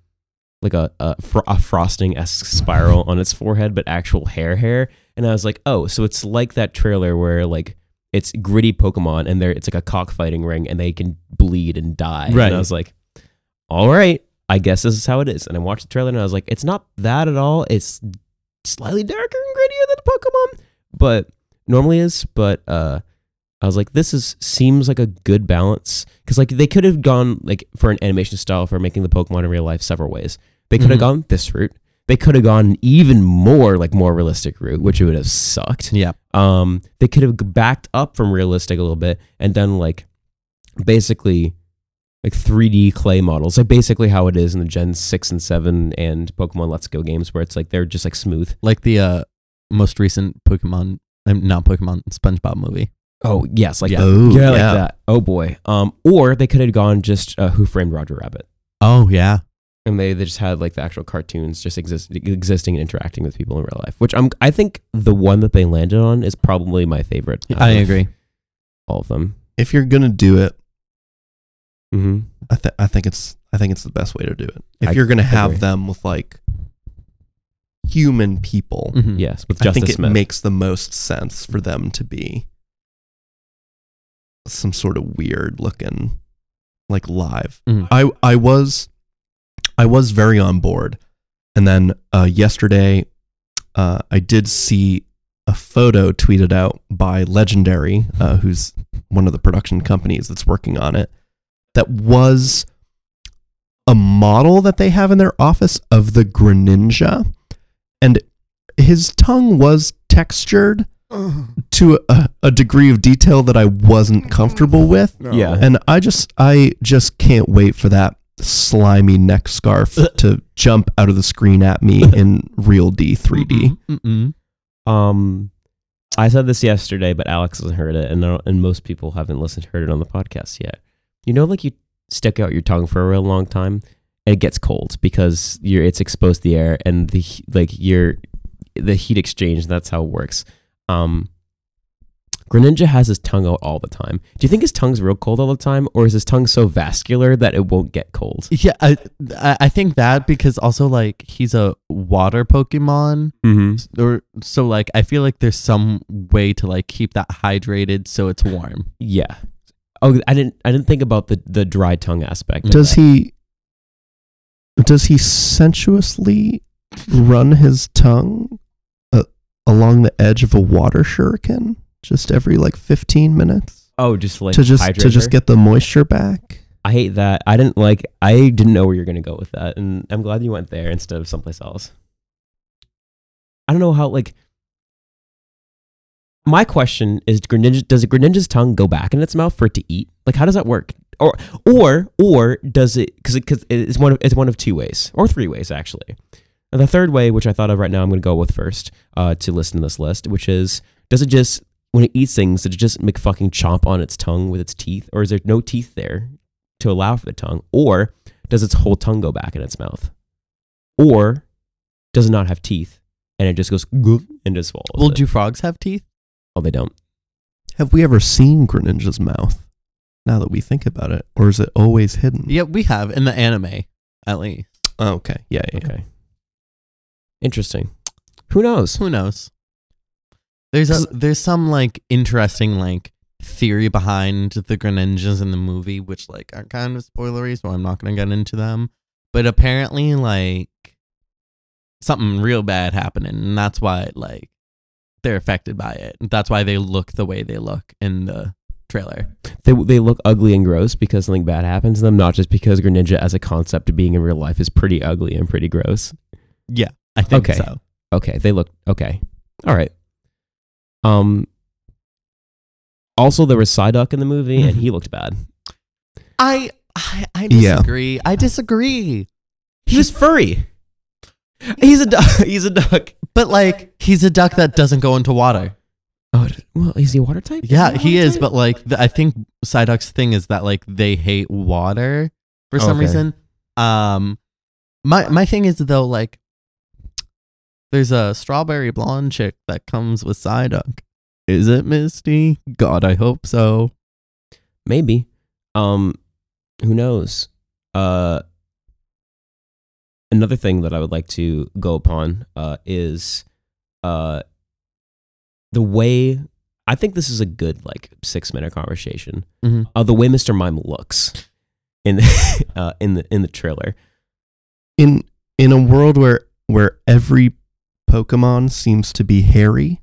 [SPEAKER 1] like a a, fro- a frosting esque spiral on its forehead, but actual hair hair. And I was like, oh, so it's like that trailer where like it's gritty Pokemon and they're it's like a cockfighting ring and they can bleed and die.
[SPEAKER 2] Right.
[SPEAKER 1] And I was like, all right, I guess this is how it is. And I watched the trailer and I was like, it's not that at all. It's slightly darker and grittier than Pokemon, but normally is. But uh, I was like, this is seems like a good balance because like they could have gone like for an animation style for making the Pokemon in real life several ways. They could have
[SPEAKER 2] Mhm.
[SPEAKER 1] gone this route. They could have gone an even more like more realistic route, which would have sucked.
[SPEAKER 2] Yeah.
[SPEAKER 1] Um, they could have backed up from realistic a little bit and done like basically like 3D clay models, like basically how it is in the Gen six and seven and Pokemon Let's Go games, where it's like they're just like smooth.
[SPEAKER 2] Like the uh, most recent Pokemon, um, not Pokemon, SpongeBob movie.
[SPEAKER 1] Oh yes, like
[SPEAKER 2] Yeah.
[SPEAKER 1] that.
[SPEAKER 3] Oh,
[SPEAKER 1] yeah, like that. Oh boy. Um, or they could have gone just uh, Who Framed Roger Rabbit.
[SPEAKER 2] Oh, yeah.
[SPEAKER 1] and they, they just had like the actual cartoons just exist, existing and interacting with people in real life which i'm i think the one that they landed on is probably my favorite out
[SPEAKER 2] I
[SPEAKER 1] of
[SPEAKER 2] agree.
[SPEAKER 1] all of them
[SPEAKER 3] If you're gonna do it,
[SPEAKER 1] mm-hmm.
[SPEAKER 3] I, th- I think it's I think it's the best way to do it. If
[SPEAKER 1] I
[SPEAKER 3] you're gonna have
[SPEAKER 1] agree.
[SPEAKER 3] them with like human people,
[SPEAKER 2] Mhm.
[SPEAKER 1] yes with
[SPEAKER 3] I think
[SPEAKER 1] justice
[SPEAKER 3] it
[SPEAKER 1] smith
[SPEAKER 3] makes the most sense for them to be some sort of weird looking like live.
[SPEAKER 1] Mm-hmm.
[SPEAKER 2] Mhm.
[SPEAKER 3] I I was I was very on board. And then uh yesterday uh I did see a photo tweeted out by Legendary, uh, who's one of the production companies that's working on it, that was a model that they have in their office of the Greninja. And his tongue was textured to a, a degree of detail that I wasn't comfortable with.
[SPEAKER 1] yeah
[SPEAKER 3] And I just I just can't wait for that slimy neck scarf to jump out of the screen at me in real D
[SPEAKER 2] Mm-hmm.
[SPEAKER 3] 3D.
[SPEAKER 2] Mm-mm, mm-mm.
[SPEAKER 1] um i said this yesterday but alex hasn't heard it and I don't- and most people haven't listened heard it on the podcast yet you know like you stick out your tongue for a real long time and it gets cold because you're it's exposed to the air and the he- like your the heat exchange that's how it works um Greninja has his tongue out all the time. Do you think his tongue's real cold all the time, or is his tongue so vascular that it won't get cold?
[SPEAKER 2] Yeah, I I I think that because also like he's a water Pokemon,
[SPEAKER 1] Mm-hmm.
[SPEAKER 2] or so like I feel like there's some way to like keep that hydrated so it's warm.
[SPEAKER 1] Yeah. Oh, I didn't. I didn't think about the the dry tongue aspect. of
[SPEAKER 3] Does
[SPEAKER 1] that.
[SPEAKER 3] he does he sensuously run his tongue uh, along the edge of a water shuriken just every like 15 minutes
[SPEAKER 1] Oh, just like
[SPEAKER 3] to just
[SPEAKER 1] hydrate
[SPEAKER 3] to just
[SPEAKER 1] her?
[SPEAKER 3] get the moisture back?
[SPEAKER 1] I hate that. I didn't like. I didn't know where you're gonna go with that, and I'm glad you went there instead of someplace else. I don't know how. Like, my question is: Greninja, does Greninja's tongue go back in its mouth for it to eat? Like, how does that work? Or, or, or does it? Because because it's one of it's one of two ways or three ways actually. And the third way, which I thought of right now, I'm gonna go with first uh, to listen to this list, which is: does it just when it eats things, does it just make fucking chomp on its tongue with its teeth, or is there no teeth there? to allow for the tongue, or does its whole tongue go back in its mouth, or does it not have teeth and it just goes [laughs] "Gulp" and just swallows?
[SPEAKER 2] Well,
[SPEAKER 1] it?
[SPEAKER 2] do frogs have teeth?
[SPEAKER 1] oh, they don't.
[SPEAKER 3] Have we ever seen Greninja's mouth? Now that we think about it, or is it always hidden?
[SPEAKER 2] Mm. Yeah, we have in the anime at least.
[SPEAKER 3] Oh, okay. Yeah. yeah, yeah.
[SPEAKER 1] Okay, interesting. Who knows?
[SPEAKER 2] Who knows? There's a, there's some like interesting like theory behind the Greninjas in the movie, which like are kind of spoilery, so I'm not gonna get into them. But apparently, like something real bad happening, and that's why like they're affected by it. That's why they look the way they look in the trailer.
[SPEAKER 1] [laughs] They they look ugly and gross because something bad happens to them, not just because Greninja as a concept of being in real life is pretty ugly and pretty gross.
[SPEAKER 2] I think
[SPEAKER 1] Okay.
[SPEAKER 2] so.
[SPEAKER 1] Okay, they look okay. All right. Um. Also, there was Psyduck in the movie, and [laughs] he looked bad.
[SPEAKER 2] I I, I
[SPEAKER 3] Yeah.
[SPEAKER 2] disagree. I disagree.
[SPEAKER 1] He was furry. He's
[SPEAKER 2] [laughs]
[SPEAKER 1] a duck. He's a duck.
[SPEAKER 2] But like he's a duck that doesn't go into water.
[SPEAKER 1] Oh, d- well, is he a water type?
[SPEAKER 2] Yeah,
[SPEAKER 1] a
[SPEAKER 2] he
[SPEAKER 1] water
[SPEAKER 2] is,
[SPEAKER 1] type?
[SPEAKER 2] but like the, I think Psyduck's thing is that like they hate water for
[SPEAKER 1] Oh,
[SPEAKER 2] some
[SPEAKER 1] okay.
[SPEAKER 2] reason. Um my my thing is though like there's a strawberry blonde chick that comes with Psyduck. Is it Misty? God, I hope so.
[SPEAKER 1] maybe. Um, who knows? Uh, another thing that I would like to go upon uh, is uh, the way I think this is a good like six minute conversation.
[SPEAKER 2] Mhm.
[SPEAKER 1] Uh, the way Mr. Mime looks in the [laughs] uh, in the in the trailer.
[SPEAKER 3] In in a world where where every Pokemon seems to be hairy,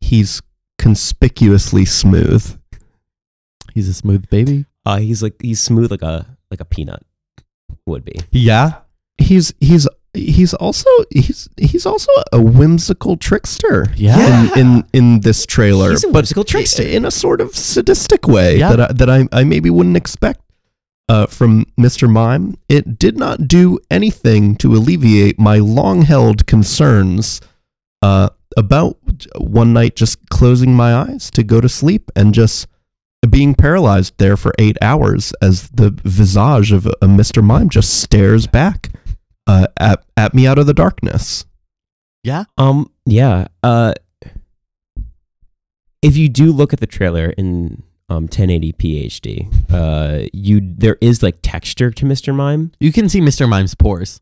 [SPEAKER 3] he's conspicuously smooth.
[SPEAKER 2] He's a smooth baby.
[SPEAKER 1] Uh, he's like he's smooth like a like a peanut would be.
[SPEAKER 2] Yeah.
[SPEAKER 3] He's he's he's also he's he's also a whimsical trickster.
[SPEAKER 2] Yeah.
[SPEAKER 3] In in, in this trailer,
[SPEAKER 1] He's a
[SPEAKER 3] but
[SPEAKER 1] whimsical trickster.
[SPEAKER 3] in a sort of sadistic way
[SPEAKER 2] Yeah.
[SPEAKER 3] that I, that I, I maybe wouldn't expect uh, from Mr. Mime. It did not do anything to alleviate my long-held concerns uh, about one night just closing my eyes to go to sleep and just being paralyzed there for eight hours as the visage of a Mr. Mime just stares back uh, at at me out of the darkness.
[SPEAKER 1] Um, yeah. Uh, if you do look at the trailer in um 1080p HD, uh, you there is like texture to Mr. Mime.
[SPEAKER 2] You can see Mr. Mime's pores.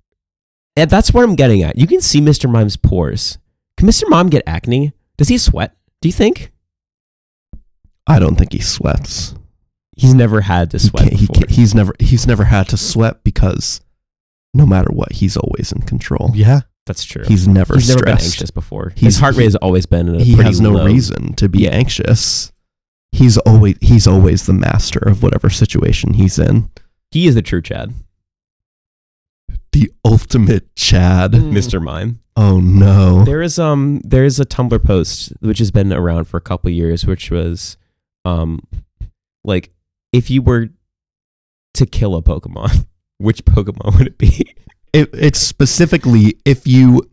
[SPEAKER 1] And that's what I'm getting at. You can see Mr. Mime's pores. Can Mr. Mime get acne? Does he sweat? Do you think
[SPEAKER 3] I don't think he sweats.
[SPEAKER 1] he's never had to
[SPEAKER 3] He
[SPEAKER 1] sweat
[SPEAKER 3] can't- he
[SPEAKER 1] before?
[SPEAKER 3] can't- he's never he's never had to sweat because no matter what, he's always in control.
[SPEAKER 2] Yeah.
[SPEAKER 1] That's true.
[SPEAKER 3] He's never
[SPEAKER 1] He's never been
[SPEAKER 3] stressed.
[SPEAKER 1] anxious before. His
[SPEAKER 3] He's-
[SPEAKER 1] heart rate has always been. at a
[SPEAKER 3] he
[SPEAKER 1] pretty
[SPEAKER 3] has no
[SPEAKER 1] low-
[SPEAKER 3] reason to be
[SPEAKER 1] Yeah.
[SPEAKER 3] anxious. He's always he's always the master of whatever situation he's in.
[SPEAKER 1] He is the true Chad,
[SPEAKER 3] The ultimate Chad.
[SPEAKER 1] Mr. Mime.
[SPEAKER 3] Oh no.
[SPEAKER 1] There is um there is a Tumblr post which has been around for a couple years, which was um like if you were to kill a Pokemon, [laughs] which Pokemon would it be?
[SPEAKER 3] It, it's specifically if you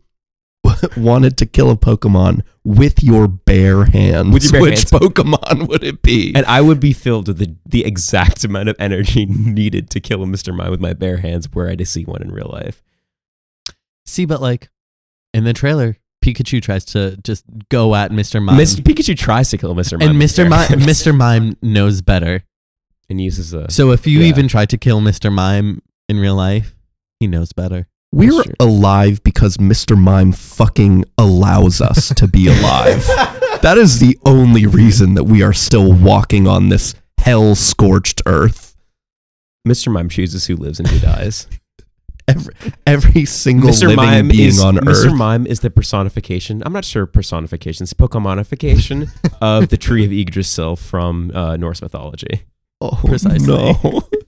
[SPEAKER 3] [laughs] wanted to kill a Pokemon with your bare hands.
[SPEAKER 1] With your bare
[SPEAKER 3] which
[SPEAKER 1] hands.
[SPEAKER 3] Pokemon would it be?
[SPEAKER 1] And I would be filled with the, the exact amount of energy [laughs] needed to kill a Mr. Mime with my bare hands were I to see one in real life.
[SPEAKER 2] See, but like in the trailer, Pikachu tries to just go at Mr. Mime.
[SPEAKER 1] Mr. Pikachu tries to kill Mr. Mime.
[SPEAKER 2] and Mr.
[SPEAKER 1] Mime
[SPEAKER 2] [laughs] Mime, Mr. Mime knows better.
[SPEAKER 1] and uses a
[SPEAKER 2] So if you
[SPEAKER 1] Yeah.
[SPEAKER 2] even tried to kill Mr. Mime in real life, he knows better.
[SPEAKER 3] We're
[SPEAKER 2] Sure.
[SPEAKER 3] alive because Mr. Mime fucking allows us to be alive. that is the only reason that we are still walking on this hell scorched earth.
[SPEAKER 1] Mr. Mime chooses who lives and who dies.
[SPEAKER 3] Every, every single
[SPEAKER 1] Mr.
[SPEAKER 3] living
[SPEAKER 1] Mime
[SPEAKER 3] being
[SPEAKER 1] is
[SPEAKER 3] on
[SPEAKER 1] Mr.
[SPEAKER 3] earth.
[SPEAKER 1] Mime is the personification. I'm not sure personification. It's
[SPEAKER 3] [laughs]
[SPEAKER 1] Pokemonification of the tree of Yggdrasil from uh, Norse mythology.
[SPEAKER 3] oh,
[SPEAKER 2] Precisely.
[SPEAKER 3] No. [laughs]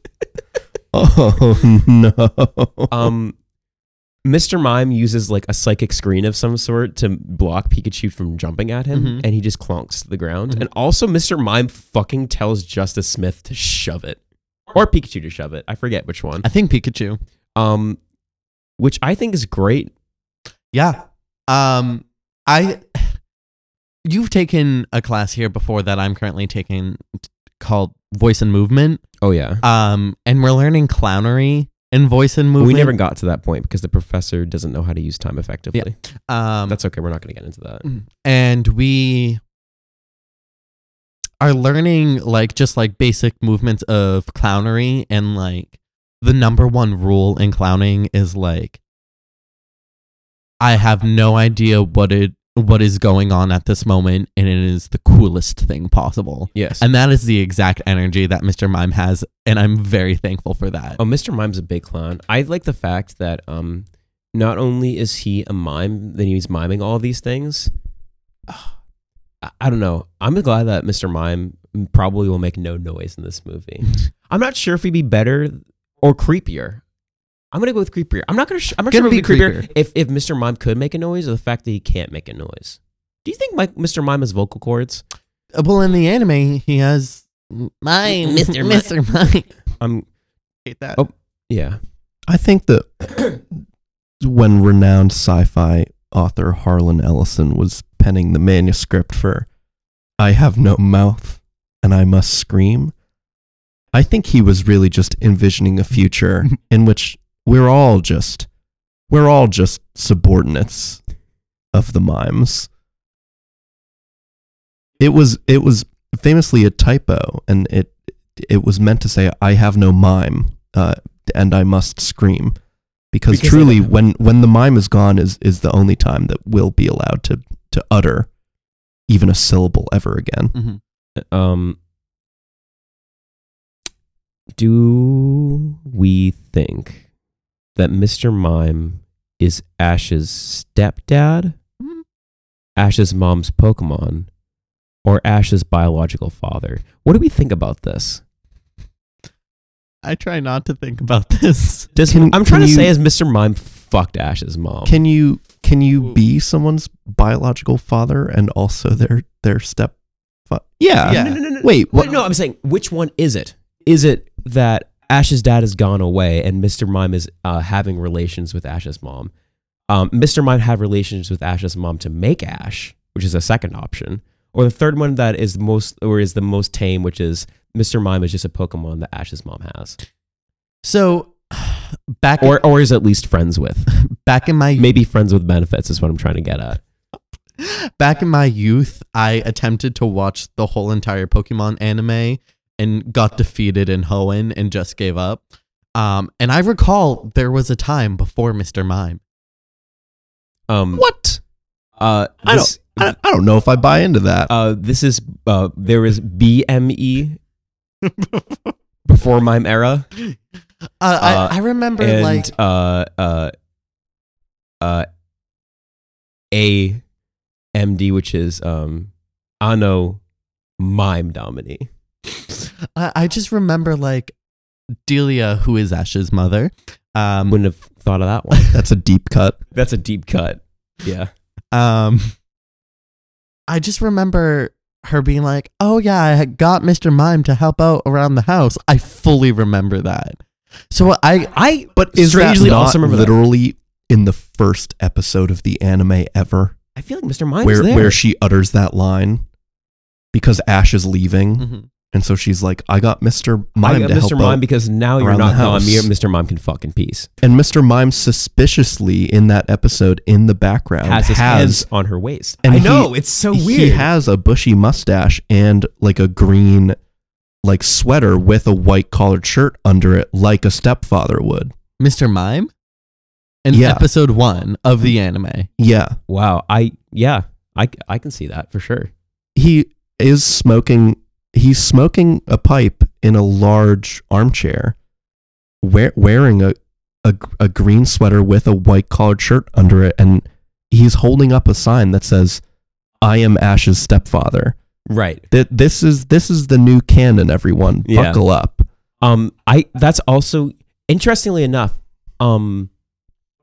[SPEAKER 3] oh no.
[SPEAKER 1] Um, Mr. Mime uses like a psychic screen of some sort to block Pikachu from jumping at him,
[SPEAKER 3] Mm-hmm.
[SPEAKER 2] Mhm.
[SPEAKER 1] and he just clonks to the ground.
[SPEAKER 2] Mhm.
[SPEAKER 1] And also, Mr. Mime fucking tells Justice Smith to shove it, or Pikachu to shove it. I forget which one.
[SPEAKER 2] I think Pikachu.
[SPEAKER 1] Um, which I think is great
[SPEAKER 2] Yeah. Um I [sighs] you've taken a class here before that I'm currently taking called voice and movement.
[SPEAKER 1] Oh yeah.
[SPEAKER 2] Um and we're learning clownery and voice and movement.
[SPEAKER 1] We never got to that point because the professor doesn't know how to use time effectively.
[SPEAKER 2] um
[SPEAKER 1] That's okay. We're not going to get into that.
[SPEAKER 2] and we are learning like just like basic movements of clownery and like the number one rule in clowning is like I have no idea what it what is going on at this moment and it is the coolest thing possible.
[SPEAKER 1] Yes.
[SPEAKER 2] And that is the exact energy that Mr. Mime has and I'm very thankful for that.
[SPEAKER 1] oh, Mr. Mime's a big clown. I like the fact that um, not only is he a mime, then he's miming all these things. [sighs] I, I don't know. I'm glad that Mr. Mime probably will make no noise in this movie. I'm not sure if he'd be better or creepier. I'm gonna go with creepier. I'm not gonna. Sh- I'm not
[SPEAKER 2] Gonna
[SPEAKER 1] sure if
[SPEAKER 2] be
[SPEAKER 1] it'd be creepier,
[SPEAKER 2] creepier.
[SPEAKER 1] if if Mr. Mime could make a noise or the fact that he can't make a noise. Do you think Mike, Mr. Mime has vocal cords?
[SPEAKER 2] Well, in the anime he has Mime,
[SPEAKER 1] Mr. Mime.
[SPEAKER 2] Mr. Mime.
[SPEAKER 1] I'm
[SPEAKER 2] Hate that.
[SPEAKER 1] Oh. yeah.
[SPEAKER 3] I think that when renowned sci-fi author Harlan Ellison was penning the manuscript for I have no mouth and I must scream, I think he was really just envisioning a [laughs] future in which we're all just we're all just subordinates of the mimes. It was it was famously a typo and it it was meant to say I have no mime uh, and I must scream because,
[SPEAKER 1] Because I
[SPEAKER 3] truly
[SPEAKER 1] don't-
[SPEAKER 3] when when the mime is gone is is the only time that we'll be allowed to to utter even a syllable ever again.
[SPEAKER 2] Mhm.
[SPEAKER 1] Um do we think that Mr. Mime is Ash's stepdad, Ash's mom's Pokemon, or Ash's biological father? What do we think about this?
[SPEAKER 2] I try not to think about [laughs] this.
[SPEAKER 1] Does
[SPEAKER 3] Can-
[SPEAKER 1] I'm trying
[SPEAKER 3] can
[SPEAKER 1] to
[SPEAKER 3] you-
[SPEAKER 1] say is Mr. Mime fucked Ash's mom?
[SPEAKER 3] Can you can you
[SPEAKER 2] Well-
[SPEAKER 3] be someone's biological father and also their their step? fa- Yeah.
[SPEAKER 2] Yeah.
[SPEAKER 1] No, no, no, no.
[SPEAKER 3] Wait,
[SPEAKER 1] Wait,
[SPEAKER 3] what-
[SPEAKER 1] no, I'm saying which one is it? Is it that Ash's dad has gone away and Mr. Mime is uh, having relations with Ash's mom? Um, Mr. Mime had relations with Ash's mom to make Ash, which is a second option, or the third one that is most or is the most tame, which is Mr. Mime is just a Pokemon that Ash's mom has,
[SPEAKER 2] So [sighs] back
[SPEAKER 1] or or is at least friends with,
[SPEAKER 2] back in my
[SPEAKER 1] maybe friends with benefits is what I'm trying to get at.
[SPEAKER 2] back in my youth, I attempted to watch the whole entire Pokemon anime and got defeated in Hoenn and just gave up. Um, and I recall there was a time before Mr. Mime.
[SPEAKER 1] Um,
[SPEAKER 3] What?
[SPEAKER 1] Uh,
[SPEAKER 3] I
[SPEAKER 1] this-
[SPEAKER 3] don't. I, I don't know if I buy
[SPEAKER 2] [laughs]
[SPEAKER 3] into that.
[SPEAKER 1] Uh, this is uh, there is BME before mime era,
[SPEAKER 2] Uh,
[SPEAKER 1] Uh,
[SPEAKER 2] I, I remember
[SPEAKER 1] and
[SPEAKER 2] like
[SPEAKER 1] uh, uh, uh, AMD, which is um, Ano Mime Domini.
[SPEAKER 2] I, I just remember like Delia, who is Ash's mother. Um,
[SPEAKER 1] Wouldn't have thought of that one. [laughs]
[SPEAKER 3] That's a deep cut.
[SPEAKER 1] That's a deep cut. Yeah,
[SPEAKER 2] Um, I just remember her being like, "Oh yeah, I had got Mr. Mime to help out around the house." I fully remember that. So I, I,
[SPEAKER 3] But is
[SPEAKER 1] Strangely,
[SPEAKER 3] that
[SPEAKER 1] I
[SPEAKER 3] not
[SPEAKER 1] also remember that.
[SPEAKER 3] literally in the first episode of the anime ever,
[SPEAKER 1] I feel like Mr. Mime's
[SPEAKER 3] where
[SPEAKER 1] there. Mm-hmm.
[SPEAKER 3] where she utters that line because Ash is leaving?
[SPEAKER 2] Mm-hmm.
[SPEAKER 3] And so she's like, I got Mr. Mime
[SPEAKER 1] I got
[SPEAKER 3] to help
[SPEAKER 1] Mr. Mime
[SPEAKER 3] out.
[SPEAKER 1] because now you're
[SPEAKER 3] around the
[SPEAKER 1] not gone.
[SPEAKER 3] house.
[SPEAKER 1] You're- Mr. Mime can fuck in peace.
[SPEAKER 3] and Mr. Mime suspiciously in that episode in the background
[SPEAKER 1] Has
[SPEAKER 3] has,
[SPEAKER 1] his hands on her waist.
[SPEAKER 3] and
[SPEAKER 1] I
[SPEAKER 3] he-
[SPEAKER 1] know it's so
[SPEAKER 3] he
[SPEAKER 1] weird.
[SPEAKER 3] has a bushy mustache and like a green like sweater with a white collared shirt under it like a stepfather would.
[SPEAKER 2] Mr. Mime? In
[SPEAKER 3] Yeah.
[SPEAKER 2] episode one of the anime.
[SPEAKER 3] Yeah.
[SPEAKER 1] wow. I yeah. I I can see that for sure.
[SPEAKER 3] he is smoking he's smoking a pipe in a large armchair wear, wearing a, a a green sweater with a white collared shirt under it and he's holding up a sign that says i am ash's stepfather
[SPEAKER 1] Right.
[SPEAKER 3] Th- this is this is the new canon everyone
[SPEAKER 1] Yeah.
[SPEAKER 3] buckle up
[SPEAKER 1] Um. I that's also interestingly enough. Um.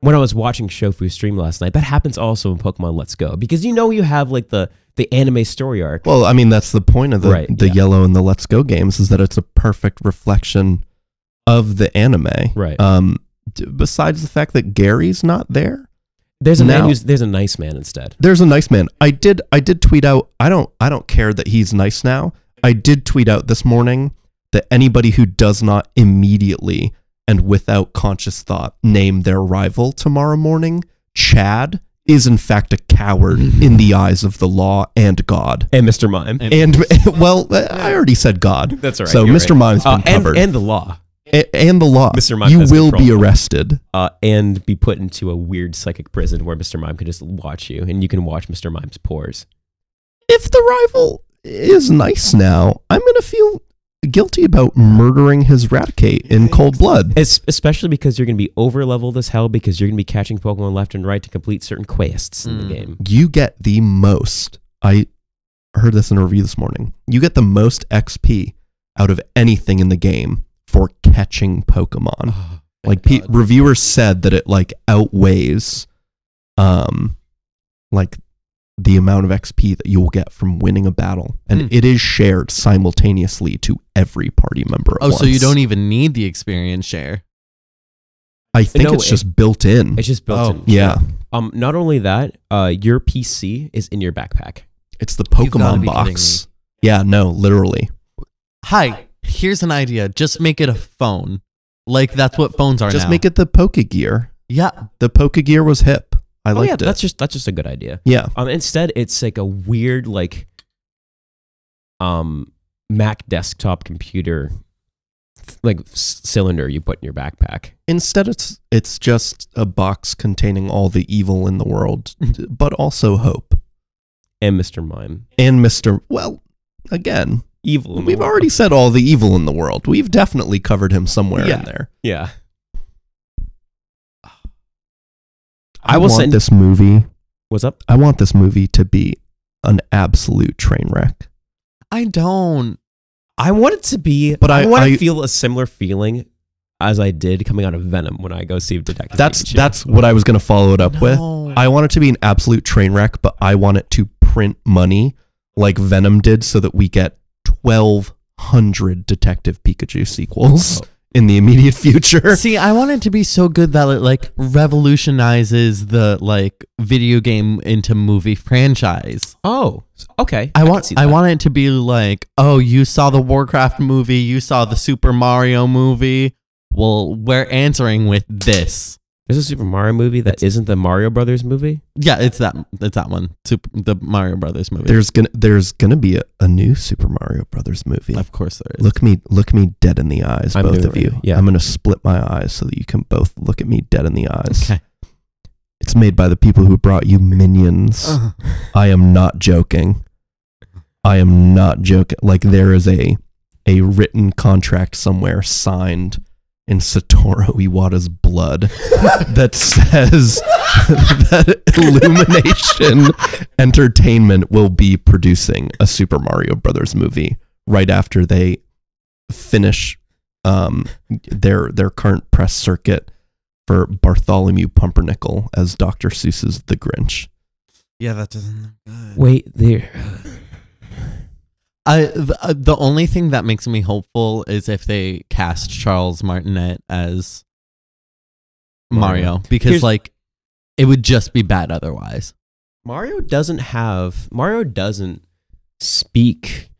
[SPEAKER 1] When I was watching Shofu stream last night, that happens also in Pokemon Let's Go because you know you have like the the anime story arc.
[SPEAKER 3] well i mean that's the point of the
[SPEAKER 1] Right,
[SPEAKER 3] the
[SPEAKER 1] yeah.
[SPEAKER 3] yellow and the let's go games is that it's a perfect reflection of the anime
[SPEAKER 1] right.
[SPEAKER 3] um d- besides the fact that gary's not there
[SPEAKER 1] there's a man
[SPEAKER 3] now-
[SPEAKER 1] who's there's a nice man instead.
[SPEAKER 3] there's a nice man. I did I did tweet out I don't I don't care that he's nice now. I did tweet out this morning that anybody who does not immediately and without conscious thought name their rival tomorrow morning, Chad, is in fact a
[SPEAKER 1] [laughs]
[SPEAKER 3] coward in the eyes of the law and God.
[SPEAKER 1] And Mr. Mime.
[SPEAKER 3] And
[SPEAKER 1] [laughs]
[SPEAKER 3] [laughs] well, uh, I already said God.
[SPEAKER 1] That's all right.
[SPEAKER 3] so
[SPEAKER 1] you're
[SPEAKER 3] Mr.
[SPEAKER 1] right.
[SPEAKER 3] Mime's been
[SPEAKER 1] Uh, and,
[SPEAKER 3] covered.
[SPEAKER 1] and the law.
[SPEAKER 3] A- and the law.
[SPEAKER 1] Mr. Mime
[SPEAKER 3] you
[SPEAKER 1] has
[SPEAKER 3] will be
[SPEAKER 1] control.
[SPEAKER 3] arrested.
[SPEAKER 1] uh, and be put into a weird psychic prison where Mr. Mime could just watch you and you can watch Mr. Mime's pores.
[SPEAKER 3] if the rival is nice now, I'm gonna feel guilty about murdering his Raticate in cold blood.
[SPEAKER 1] Es- especially because you're going to be over leveled as hell because you're going to be catching Pokemon left and right to complete certain quests in
[SPEAKER 2] Mm.
[SPEAKER 1] the game.
[SPEAKER 3] You get the most. I heard this in a review this morning. You get the most XP out of anything in the game for catching Pokemon. like pe-
[SPEAKER 2] Oh God.
[SPEAKER 3] reviewers said that it like outweighs, um, like the amount of XP that you will get from winning a battle, and
[SPEAKER 2] Hmm.
[SPEAKER 3] it is shared simultaneously to every party member. at
[SPEAKER 2] Oh, so you
[SPEAKER 3] once.
[SPEAKER 2] don't even need the experience share.
[SPEAKER 3] I think
[SPEAKER 1] No,
[SPEAKER 3] it's
[SPEAKER 1] it-
[SPEAKER 3] just built in.
[SPEAKER 1] It's just built
[SPEAKER 2] Oh.
[SPEAKER 1] in.
[SPEAKER 3] yeah.
[SPEAKER 1] Um, not only that, uh, your PC is in your backpack.
[SPEAKER 3] It's the
[SPEAKER 2] You've gotta
[SPEAKER 3] Pokemon
[SPEAKER 2] be kidding
[SPEAKER 3] box. Yeah, no, literally.
[SPEAKER 2] Hi, here's an idea. Just make it a phone. Like that's what phones are
[SPEAKER 3] Just
[SPEAKER 2] now.
[SPEAKER 3] make it the Pokegear.
[SPEAKER 2] Yeah.
[SPEAKER 3] The Pokegear was hip. I
[SPEAKER 1] oh, yeah,
[SPEAKER 3] liked it.
[SPEAKER 1] that's just that's just a good idea.
[SPEAKER 3] yeah.
[SPEAKER 1] Um, instead, it's like a weird like, um, Mac desktop computer, like c- cylinder you put in your backpack.
[SPEAKER 3] Instead, it's it's just a box containing all the evil in the world,
[SPEAKER 2] Mm-hmm.
[SPEAKER 3] but also hope
[SPEAKER 1] And Mr. Mime,
[SPEAKER 3] and Mister. Well, again,
[SPEAKER 1] evil. in the
[SPEAKER 3] we've
[SPEAKER 1] world.
[SPEAKER 3] already said all the evil in the world. We've definitely covered him somewhere
[SPEAKER 2] Yeah.
[SPEAKER 3] in there.
[SPEAKER 1] yeah.
[SPEAKER 3] I,
[SPEAKER 1] I will
[SPEAKER 3] want
[SPEAKER 1] send-
[SPEAKER 3] this movie.
[SPEAKER 1] What's up?
[SPEAKER 3] I want this movie to be an absolute train wreck.
[SPEAKER 2] I don't.
[SPEAKER 1] I want it to be,
[SPEAKER 3] But
[SPEAKER 1] but I,
[SPEAKER 3] I-
[SPEAKER 1] want
[SPEAKER 3] I-
[SPEAKER 1] to feel a similar feeling as I did coming out of Venom when I go see Detective.
[SPEAKER 3] That's
[SPEAKER 1] Pikachu.
[SPEAKER 3] that's what I was gonna follow it up with.
[SPEAKER 2] No.
[SPEAKER 3] I want it to be an absolute train wreck, but I want it to print money like Venom did so that we get 1,200 Detective Pikachu sequels in the immediate [laughs] future.
[SPEAKER 2] See, I want it to be so good that it like revolutionizes the like video game into movie franchise.
[SPEAKER 1] oh, okay.
[SPEAKER 2] I
[SPEAKER 1] can
[SPEAKER 2] want
[SPEAKER 1] see
[SPEAKER 2] I
[SPEAKER 1] that.
[SPEAKER 2] want it to be like, oh, you saw the Warcraft movie, you saw the Super Mario movie. Well, we're answering with this.
[SPEAKER 1] There's a Super Mario movie that isn't the Mario Brothers movie.
[SPEAKER 2] Yeah, it's that it's that one. Super, the Mario Brothers movie.
[SPEAKER 3] There's gonna there's gonna be a, a new Super Mario Brothers movie.
[SPEAKER 2] of course there is.
[SPEAKER 3] Look me look me dead in the eyes,
[SPEAKER 1] I'm
[SPEAKER 3] both
[SPEAKER 1] doing
[SPEAKER 3] of you.
[SPEAKER 1] it, yeah.
[SPEAKER 3] I'm gonna split my eyes so that you can both look at me dead in the eyes.
[SPEAKER 2] Okay.
[SPEAKER 3] It's made by the people who brought you Minions.
[SPEAKER 1] Uh-huh.
[SPEAKER 3] I am not joking. I am not joking. Like there is a a written contract somewhere signed in Satoru Iwata's blood that says [laughs] that Illumination Entertainment will be producing a Super Mario Brothers movie right after they finish um, their their current press circuit for Bartholomew Pumpernickel as Dr. Seuss's The Grinch.
[SPEAKER 2] yeah, that doesn't look good.
[SPEAKER 1] Wait, there.
[SPEAKER 2] I th- uh, the only thing that makes me hopeful is if they cast Charles Martinet as Mario,
[SPEAKER 1] Mario.
[SPEAKER 2] because
[SPEAKER 1] Here's-
[SPEAKER 2] like it would just be bad otherwise.
[SPEAKER 1] Mario doesn't have Mario doesn't speak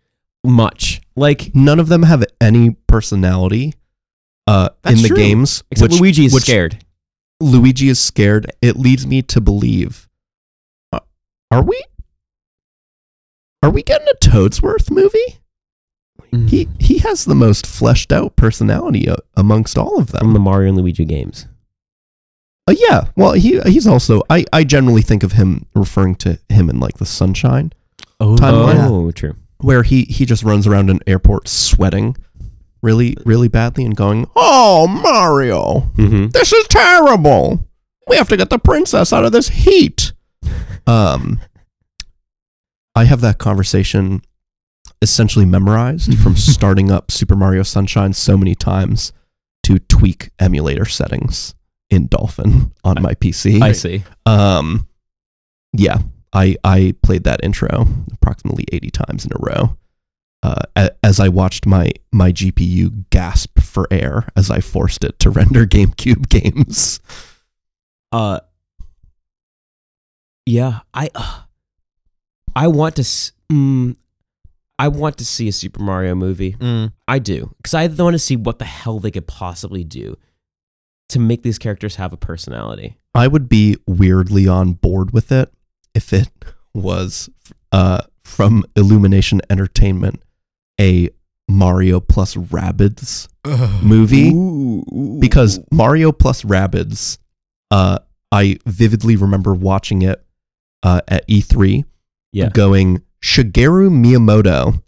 [SPEAKER 1] much. Like
[SPEAKER 3] None of them have any personality uh, in
[SPEAKER 1] That's
[SPEAKER 3] the
[SPEAKER 1] true.
[SPEAKER 3] games.
[SPEAKER 1] except
[SPEAKER 3] which-
[SPEAKER 1] Luigi is
[SPEAKER 3] which
[SPEAKER 1] scared.
[SPEAKER 3] Luigi is scared. It leads me to believe. Uh, are we? Are we getting a Toadsworth movie? He he has the most fleshed out personality uh, amongst all of them.
[SPEAKER 1] From the Mario and Luigi games.
[SPEAKER 3] Uh, yeah, well, he he's also I, I generally think of him referring to him in like the Sunshine,
[SPEAKER 2] oh,
[SPEAKER 3] timeline.
[SPEAKER 2] yeah.
[SPEAKER 1] Oh, true.
[SPEAKER 3] where he he just runs around an airport sweating really really badly and going, "Oh, Mario,
[SPEAKER 1] Mm-hmm.
[SPEAKER 3] this is terrible. We have to get the princess out of this heat." Um, I have that conversation essentially memorized from starting up Super Mario Sunshine so many times to tweak emulator settings in Dolphin on my PC.
[SPEAKER 1] I see.
[SPEAKER 3] Um, yeah, I I played that intro approximately eighty times in a row. Uh, a- as I watched my my GPU gasp for air as I forced it to [laughs] render GameCube games.
[SPEAKER 1] Uh, yeah, I, uh, I want to, s- mm, I want to see a Super Mario movie.
[SPEAKER 2] Mm.
[SPEAKER 1] I do because I want to see what the hell they could possibly do to make these characters have a personality.
[SPEAKER 3] I would be weirdly on board with it if it was uh, from Illumination Entertainment, a Mario plus Rabbids movie. because Mario plus Rabbids, uh, I vividly remember watching it uh, at E3,
[SPEAKER 1] Yeah.
[SPEAKER 3] going Shigeru Miyamoto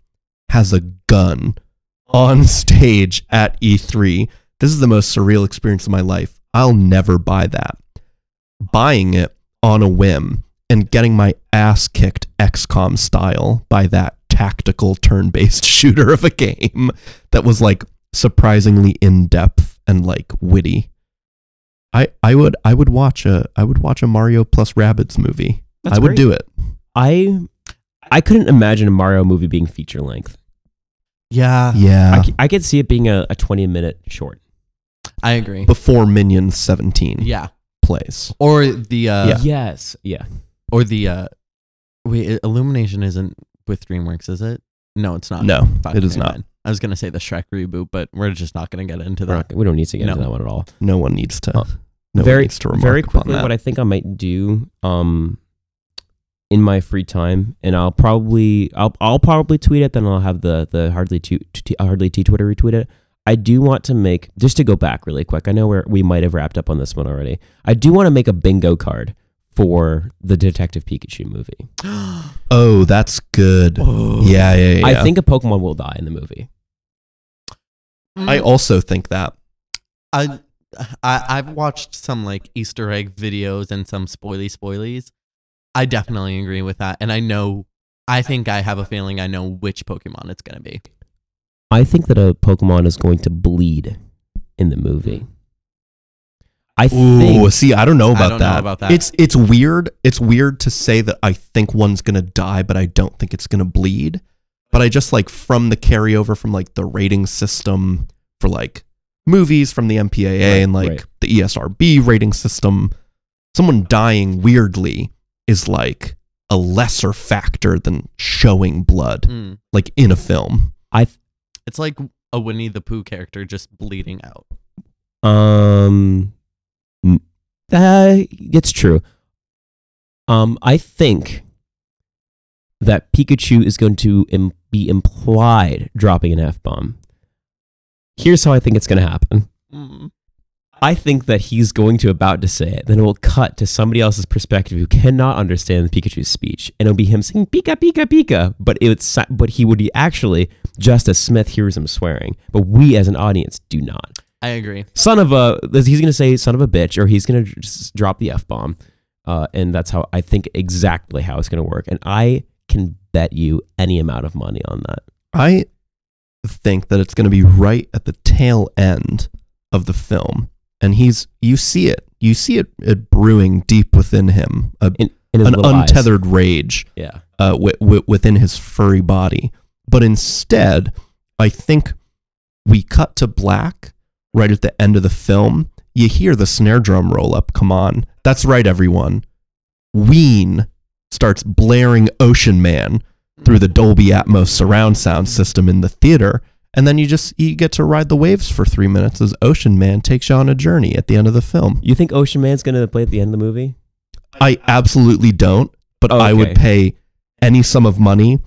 [SPEAKER 3] has a gun on stage at E E3. This is the most surreal experience of my life. I'll never buy that. Buying it on a whim and getting my ass kicked XCOM style by that tactical turn-based [laughs] shooter of a game that was like surprisingly in depth and like witty. I I would I would watch a I would watch a Mario plus Rabbids movie.
[SPEAKER 1] That's
[SPEAKER 3] I would
[SPEAKER 1] great.
[SPEAKER 3] do it.
[SPEAKER 1] I, I couldn't imagine a Mario movie being feature length.
[SPEAKER 2] yeah,
[SPEAKER 3] Yeah.
[SPEAKER 1] Uh, I, c- I could see it being a, a twenty minute short.
[SPEAKER 2] I agree.
[SPEAKER 3] Before Minions 17
[SPEAKER 2] Yeah,
[SPEAKER 3] plays.
[SPEAKER 2] or the uh,
[SPEAKER 1] Yes. Yeah.
[SPEAKER 2] or the uh, wait, Illumination isn't with DreamWorks, is it? No, it's
[SPEAKER 1] Uh.
[SPEAKER 2] not.
[SPEAKER 3] No,
[SPEAKER 2] Fuck,
[SPEAKER 3] it is
[SPEAKER 2] never
[SPEAKER 3] not.
[SPEAKER 2] mind. I was gonna say the Shrek reboot, but we're just not gonna get into
[SPEAKER 1] We're
[SPEAKER 2] that.
[SPEAKER 1] not- we don't need to get into
[SPEAKER 2] No.
[SPEAKER 1] that one at all.
[SPEAKER 3] No one needs to.
[SPEAKER 1] Uh,
[SPEAKER 3] no
[SPEAKER 1] very-
[SPEAKER 3] one needs to remark
[SPEAKER 1] very
[SPEAKER 3] upon
[SPEAKER 1] quickly
[SPEAKER 3] that.
[SPEAKER 1] what I think I might do um in my free time and I'll probably I'll I'll probably tweet it then I'll have the the hardly t, t hardly t Twitter retweet it. I do want to make just to go back really quick. I know we we might have wrapped up on this one already. I do want to make a bingo card for the Detective Pikachu movie.
[SPEAKER 3] oh, that's
[SPEAKER 2] [gasps]
[SPEAKER 3] good. Yeah, yeah, yeah.
[SPEAKER 1] I think a Pokemon will die in the movie.
[SPEAKER 3] I also think that.
[SPEAKER 2] I, I I've watched some like Easter egg videos and some spoily spoilies. I definitely agree with that, and I know. I think I have a feeling I know which Pokemon it's gonna be.
[SPEAKER 1] I think that a Pokemon is going to bleed in the movie. I
[SPEAKER 3] Ooh,
[SPEAKER 1] think
[SPEAKER 3] see, I don't know
[SPEAKER 2] I
[SPEAKER 3] about
[SPEAKER 2] don't know
[SPEAKER 3] that.
[SPEAKER 2] about that.
[SPEAKER 3] It's it's weird. It's weird to say that I think one's gonna die, but I don't think it's gonna bleed. But I just like from the carryover from like the rating system for like movies from the MPAA and like
[SPEAKER 1] right.
[SPEAKER 3] the E ESRB rating system, someone dying weirdly is like a lesser factor than showing blood,
[SPEAKER 2] Mm.
[SPEAKER 3] like in a film.
[SPEAKER 1] I
[SPEAKER 2] It's like a Winnie the Pooh character just bleeding out.
[SPEAKER 1] Um, n- uh, it's true. Um, I think that Pikachu is going to Im- be implied dropping an F bomb. Here's how I think it's going to happen.
[SPEAKER 2] Mm.
[SPEAKER 1] I think that he's going to about to say it, then it will cut to somebody else's perspective who cannot understand Pikachu's speech, and it'll be him saying "Pika Pika Pika," but it would, sa- but he would be actually just as Smith hears him swearing, but we as an audience do not
[SPEAKER 2] I agree.
[SPEAKER 1] son of a he's gonna say son of a bitch or he's gonna just drop the f-bomb uh, and that's how i think exactly how it's gonna work and i can bet you any amount of money on that
[SPEAKER 3] I think that it's going to be right at the tail end of the film, and he's you see it, you see it, it brewing deep within him, a,
[SPEAKER 1] in his
[SPEAKER 3] an
[SPEAKER 1] little eyes.
[SPEAKER 3] untethered rage
[SPEAKER 1] yeah
[SPEAKER 3] uh, wi- wi- within his furry body. But instead, I think we cut to black right at the end of the film. You hear the snare drum roll up. Come on, that's right, everyone. Ween starts blaring Ocean Man through the Dolby Atmos surround sound system in the theater. And then you just you get to ride the waves for three minutes as Ocean Man takes you on a journey at the end of the film.
[SPEAKER 1] You think Ocean Man's gonna play at the end of the movie?
[SPEAKER 3] I absolutely don't, but
[SPEAKER 1] Oh,
[SPEAKER 3] I would
[SPEAKER 1] okay.
[SPEAKER 3] pay any sum of money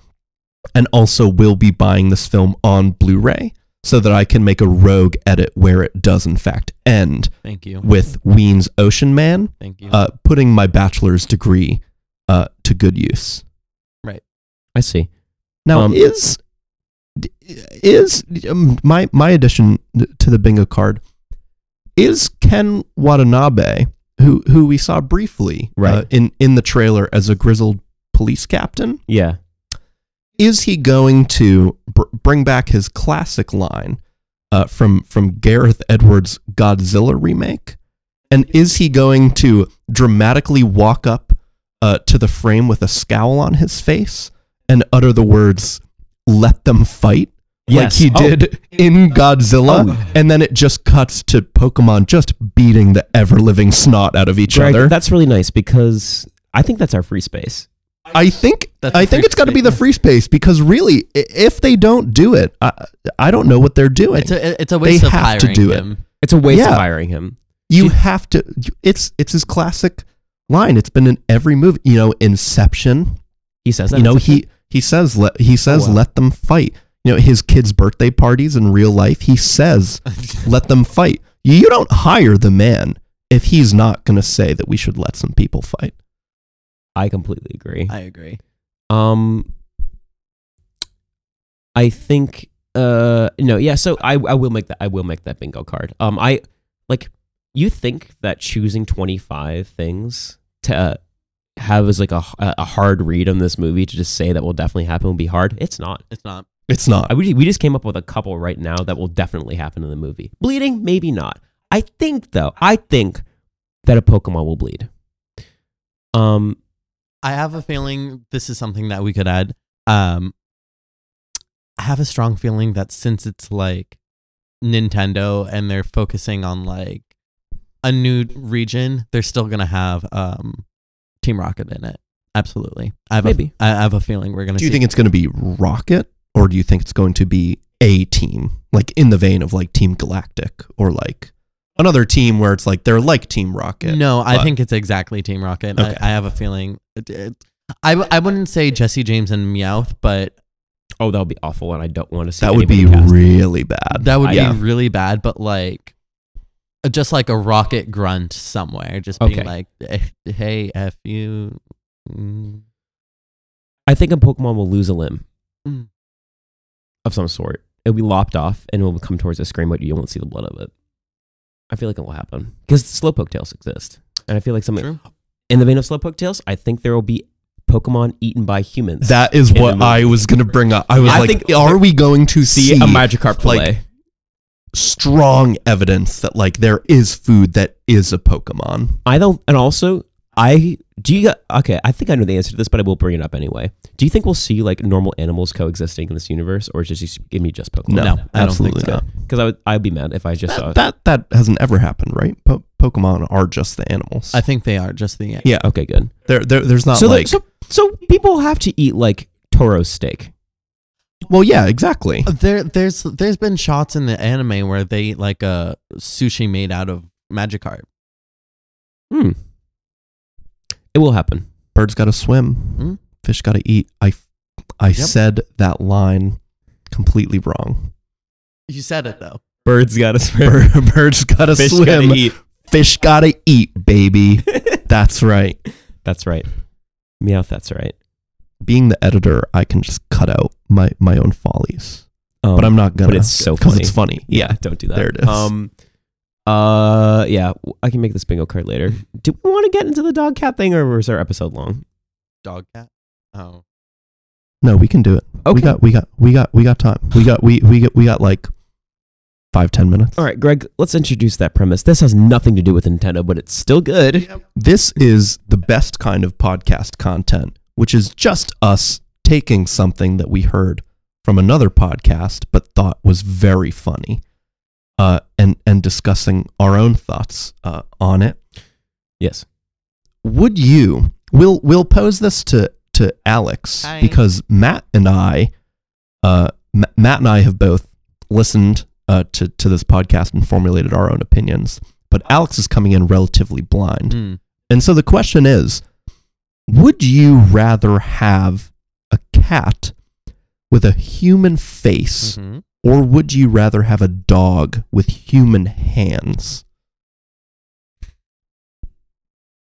[SPEAKER 3] and also will be buying this film on Blu ray so that I can make a rogue edit where it does, in fact, end
[SPEAKER 2] Thank you.
[SPEAKER 3] with Ween's Ocean Man
[SPEAKER 2] Thank you.
[SPEAKER 3] uh, putting my bachelor's degree uh, to good use.
[SPEAKER 1] I see.
[SPEAKER 3] Now
[SPEAKER 1] Um,
[SPEAKER 3] is d- is um, my my addition to the bingo card is Ken Watanabe, who who we saw briefly uh,
[SPEAKER 1] Right.
[SPEAKER 3] in in the trailer as a grizzled police captain.
[SPEAKER 1] Yeah.
[SPEAKER 3] Is he going to br- bring back his classic line uh, from from Gareth Edwards' Godzilla remake? And is he going to dramatically walk up uh, to the frame with a scowl on his face and utter the words "Let them fight"
[SPEAKER 1] Yes.
[SPEAKER 3] like he
[SPEAKER 1] Oh.
[SPEAKER 3] did in Godzilla,
[SPEAKER 1] Oh.
[SPEAKER 3] and then it just cuts to Pokemon just beating the ever living snot out of each
[SPEAKER 1] Greg,
[SPEAKER 3] other.
[SPEAKER 1] That's really nice because I think that's our free space.
[SPEAKER 3] I think
[SPEAKER 2] That's
[SPEAKER 3] I
[SPEAKER 2] the
[SPEAKER 3] think
[SPEAKER 2] free
[SPEAKER 3] it's got to be
[SPEAKER 2] space,
[SPEAKER 3] the
[SPEAKER 2] yeah.
[SPEAKER 3] free space because really, i- if they don't do it, I, I don't know what they're doing.
[SPEAKER 2] it's a it's a waste of
[SPEAKER 3] have
[SPEAKER 2] hiring
[SPEAKER 3] to do it.
[SPEAKER 2] him. [laughs]
[SPEAKER 1] It's a waste
[SPEAKER 3] Yeah.
[SPEAKER 1] of hiring him.
[SPEAKER 3] you have to. It's it's his classic line. It's been in every movie. You know, Inception.
[SPEAKER 1] He says that.
[SPEAKER 3] you know
[SPEAKER 1] it's okay.
[SPEAKER 3] he he says let
[SPEAKER 2] Oh,
[SPEAKER 3] he says
[SPEAKER 1] wow.
[SPEAKER 3] let them fight you know his kids birthday parties in real life he says let them fight you don't hire the man if he's not going to say that we should let some people fight
[SPEAKER 1] I completely agree.
[SPEAKER 2] I agree.
[SPEAKER 1] Um, I think uh no yeah. So I I will make that I will make that bingo card. Um, I like you think that choosing twenty five things to uh, have as like a a hard read on this movie to just say that will definitely happen will be hard. It's not.
[SPEAKER 2] It's not.
[SPEAKER 3] it's not
[SPEAKER 1] I, we, we just came up with a couple right now that will definitely happen in the movie. Bleeding, maybe not. I think though, I think that a Pokemon will bleed. Um,
[SPEAKER 2] I have a feeling this is something that we could add. Um, I have a strong feeling that since it's like Nintendo and they're focusing on like a new region, they're still gonna have um Team Rocket in it. Absolutely. I have
[SPEAKER 1] Maybe.
[SPEAKER 2] A, I have a feeling we're gonna.
[SPEAKER 3] do you
[SPEAKER 2] see-
[SPEAKER 3] think it's going to be rocket or do you think it's going to be a team like in the vein of like team galactic or like another team where it's like they're like team rocket
[SPEAKER 2] No, I
[SPEAKER 3] but-
[SPEAKER 2] think it's exactly Team Rocket.
[SPEAKER 3] Okay.
[SPEAKER 2] I, I have a feeling. It, it, I w- I wouldn't say Jesse James and Meowth, but
[SPEAKER 1] oh, that would be awful, and I don't want to see
[SPEAKER 3] that would be
[SPEAKER 1] anybody cast.
[SPEAKER 3] really bad
[SPEAKER 2] That would
[SPEAKER 1] Yeah.
[SPEAKER 2] be really bad, but like uh, just like a rocket grunt somewhere, just
[SPEAKER 1] Okay.
[SPEAKER 2] being like, "Eh, "Hey, f you." Mm.
[SPEAKER 1] I think a Pokemon will lose a limb
[SPEAKER 2] Mm.
[SPEAKER 1] of some sort. It'll be lopped off and it will come towards the screen, but you won't see the blood of it. I feel like it will happen because Slowpoke tails exist, and I feel like something
[SPEAKER 2] True.
[SPEAKER 1] in the vein of Slowpoke tails. I think there will be Pokemon eaten by humans.
[SPEAKER 3] that is
[SPEAKER 1] In
[SPEAKER 3] what
[SPEAKER 1] the
[SPEAKER 3] i was going to bring up i was
[SPEAKER 1] I
[SPEAKER 3] like
[SPEAKER 1] think-
[SPEAKER 3] are we going to
[SPEAKER 1] see
[SPEAKER 3] see,
[SPEAKER 1] a Magikarp
[SPEAKER 3] like,
[SPEAKER 1] fillet.
[SPEAKER 3] strong evidence that like there is food that is a Pokemon.
[SPEAKER 1] I don't, and also, I do you okay? I think I know the answer to this, but I will bring it up anyway. Do you think we'll see like normal animals coexisting in this universe, or is it just give me just Pokemon?
[SPEAKER 3] No,
[SPEAKER 2] I don't think
[SPEAKER 3] absolutely
[SPEAKER 2] so.
[SPEAKER 3] not.
[SPEAKER 1] because I would I'd be mad if I just saw
[SPEAKER 3] That,
[SPEAKER 1] it.
[SPEAKER 3] that that hasn't ever happened, right? Po- Pokemon are just the animals.
[SPEAKER 2] I think they are just the
[SPEAKER 3] Yeah.
[SPEAKER 1] Okay, good.
[SPEAKER 3] there, there, there's not
[SPEAKER 1] So,
[SPEAKER 3] like.
[SPEAKER 1] like, so so people have to eat like Toro steak.
[SPEAKER 3] well, yeah, exactly.
[SPEAKER 2] There, there's there's been shots in the anime where they eat like a sushi made out of Magikarp.
[SPEAKER 1] Hmm. It will happen.
[SPEAKER 3] Birds got to swim.
[SPEAKER 2] Hmm?
[SPEAKER 3] Fish got to eat. I, I
[SPEAKER 2] Yep.
[SPEAKER 3] said that line completely wrong.
[SPEAKER 2] You said it though.
[SPEAKER 1] Birds
[SPEAKER 3] [laughs]
[SPEAKER 1] gotta
[SPEAKER 3] Bir- Birds got to swim.
[SPEAKER 1] eat.
[SPEAKER 3] Fish got to eat,
[SPEAKER 1] [laughs]
[SPEAKER 3] baby. [laughs] That's right.
[SPEAKER 1] That's right. Meowth. That's right.
[SPEAKER 3] Being the editor, I can just cut out my my own follies,
[SPEAKER 1] Um,
[SPEAKER 3] but I'm not gonna.
[SPEAKER 1] it's so
[SPEAKER 3] because
[SPEAKER 1] funny.
[SPEAKER 3] it's funny.
[SPEAKER 1] Yeah, don't do that.
[SPEAKER 3] There [laughs] it is.
[SPEAKER 1] Um, uh, yeah, w- I can make this bingo card
[SPEAKER 3] [laughs]
[SPEAKER 1] later. Do we want to get into the dog cat thing, or was our episode long?
[SPEAKER 2] Dog cat. Oh,
[SPEAKER 3] No, we can do it. We
[SPEAKER 1] Okay.
[SPEAKER 3] got we got we got we got time. We got we we got we got like five ten minutes.
[SPEAKER 1] All right, Greg, let's introduce that premise. This has nothing to do with Nintendo, but it's still good.
[SPEAKER 3] This is the best kind of podcast content, which is just us taking something that we heard from another podcast but thought was very funny, uh, and and discussing our own thoughts uh, on it.
[SPEAKER 1] Yes.
[SPEAKER 3] Would you? We'll we'll pose this to to Alex
[SPEAKER 2] Hi.
[SPEAKER 3] because Matt and I, uh, M- Matt and I have both listened uh, to to this podcast and formulated our own opinions. But Alex is coming in relatively blind,
[SPEAKER 2] Mm.
[SPEAKER 3] and so the question is: Would you rather have a cat with a human face?
[SPEAKER 2] Mhm.
[SPEAKER 1] Mm-hmm.
[SPEAKER 3] or would you rather have a dog with human hands?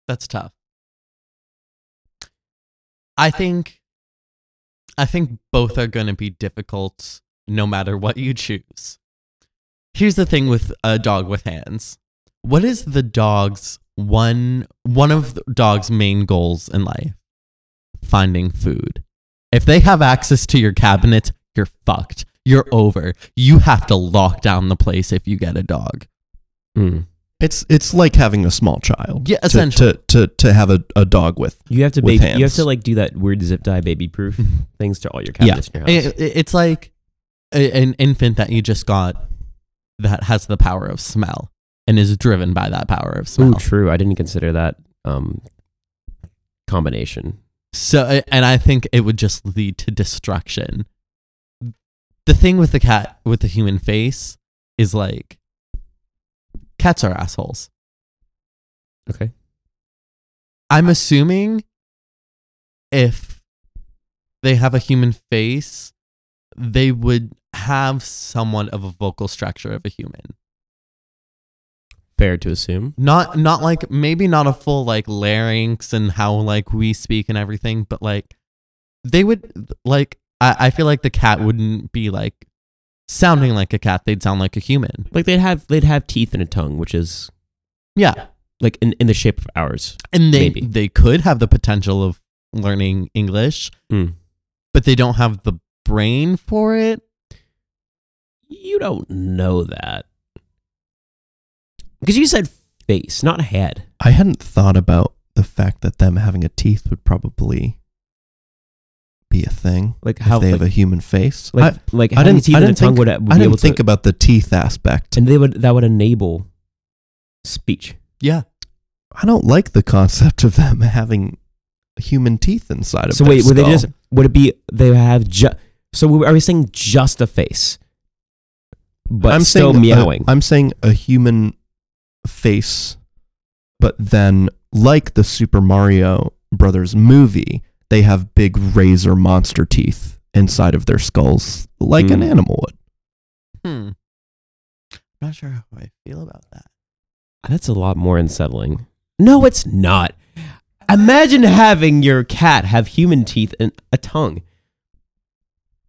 [SPEAKER 2] That's tough. I think I think both are going to be difficult no matter what you choose. Here's the thing with a dog with hands. What is the dog's one one of the dog's main goals in life? Finding food. If they have access to your cabinet, you're fucked. You're over. You have to lock down the place if you get a dog.
[SPEAKER 1] Mm.
[SPEAKER 3] It's it's like having a small child.
[SPEAKER 2] Yeah,
[SPEAKER 3] to-
[SPEAKER 2] essentially.
[SPEAKER 3] To to, to have a, a dog with.
[SPEAKER 1] You have to
[SPEAKER 3] With
[SPEAKER 1] baby, you have
[SPEAKER 3] hands.
[SPEAKER 1] to like do that weird zip tie baby
[SPEAKER 3] [laughs]
[SPEAKER 1] proof things to all your
[SPEAKER 3] Yeah.
[SPEAKER 1] cabinets in your house.
[SPEAKER 2] It, it- it's like a, an infant that you just got that has the power of smell and is driven by that power of
[SPEAKER 1] Ooh,
[SPEAKER 2] smell.
[SPEAKER 1] true. I didn't consider that um, combination.
[SPEAKER 2] So, and I think it would just lead to destruction. The thing with the cat with the human face is like cats are assholes.
[SPEAKER 1] Okay.
[SPEAKER 2] I'm assuming if they have a human face, they would have somewhat of a vocal structure of a human.
[SPEAKER 1] Fair to assume.
[SPEAKER 2] not not like maybe not a full like larynx and how like we speak and everything but like they would like i, I feel like the cat wouldn't be like sounding like a cat they'd sound like a human
[SPEAKER 1] Like they'd have they'd have teeth and a tongue, which is
[SPEAKER 2] yeah
[SPEAKER 1] like in, in the shape of ours.
[SPEAKER 2] and they
[SPEAKER 1] Maybe.
[SPEAKER 2] they could have the potential of learning english
[SPEAKER 3] Hmm.
[SPEAKER 1] Mm.
[SPEAKER 2] but they don't have the brain for it
[SPEAKER 1] You don't know that because you said face, not head.
[SPEAKER 3] I hadn't thought about the fact that them having a teeth would probably be a thing
[SPEAKER 1] Like
[SPEAKER 3] if
[SPEAKER 1] how
[SPEAKER 3] they
[SPEAKER 1] like,
[SPEAKER 3] have a human face.
[SPEAKER 1] like, like
[SPEAKER 3] I
[SPEAKER 1] having
[SPEAKER 3] didn't-
[SPEAKER 1] teeth
[SPEAKER 3] I
[SPEAKER 1] and a
[SPEAKER 3] didn't
[SPEAKER 1] tongue
[SPEAKER 3] think-
[SPEAKER 1] would, would
[SPEAKER 3] I, I
[SPEAKER 1] be able
[SPEAKER 3] didn't
[SPEAKER 1] to
[SPEAKER 3] think about the teeth aspect.
[SPEAKER 1] and they would that would enable speech.
[SPEAKER 2] yeah
[SPEAKER 3] I don't like the concept of them [laughs] having human teeth inside of.
[SPEAKER 1] So
[SPEAKER 3] their
[SPEAKER 1] wait, would they
[SPEAKER 3] skull.
[SPEAKER 1] just would it be they have just? So we- are we saying just a face? But still
[SPEAKER 3] saying, uh,
[SPEAKER 1] meowing.
[SPEAKER 3] I'm saying a human face, but then like the Super Mario Brothers movie, they have big razor monster teeth inside of their skulls, like an
[SPEAKER 1] Mm.
[SPEAKER 3] animal would.
[SPEAKER 2] hmm i'm not sure how i feel about that
[SPEAKER 1] That's a lot more unsettling. No, it's not. Imagine having your cat have human teeth and a tongue.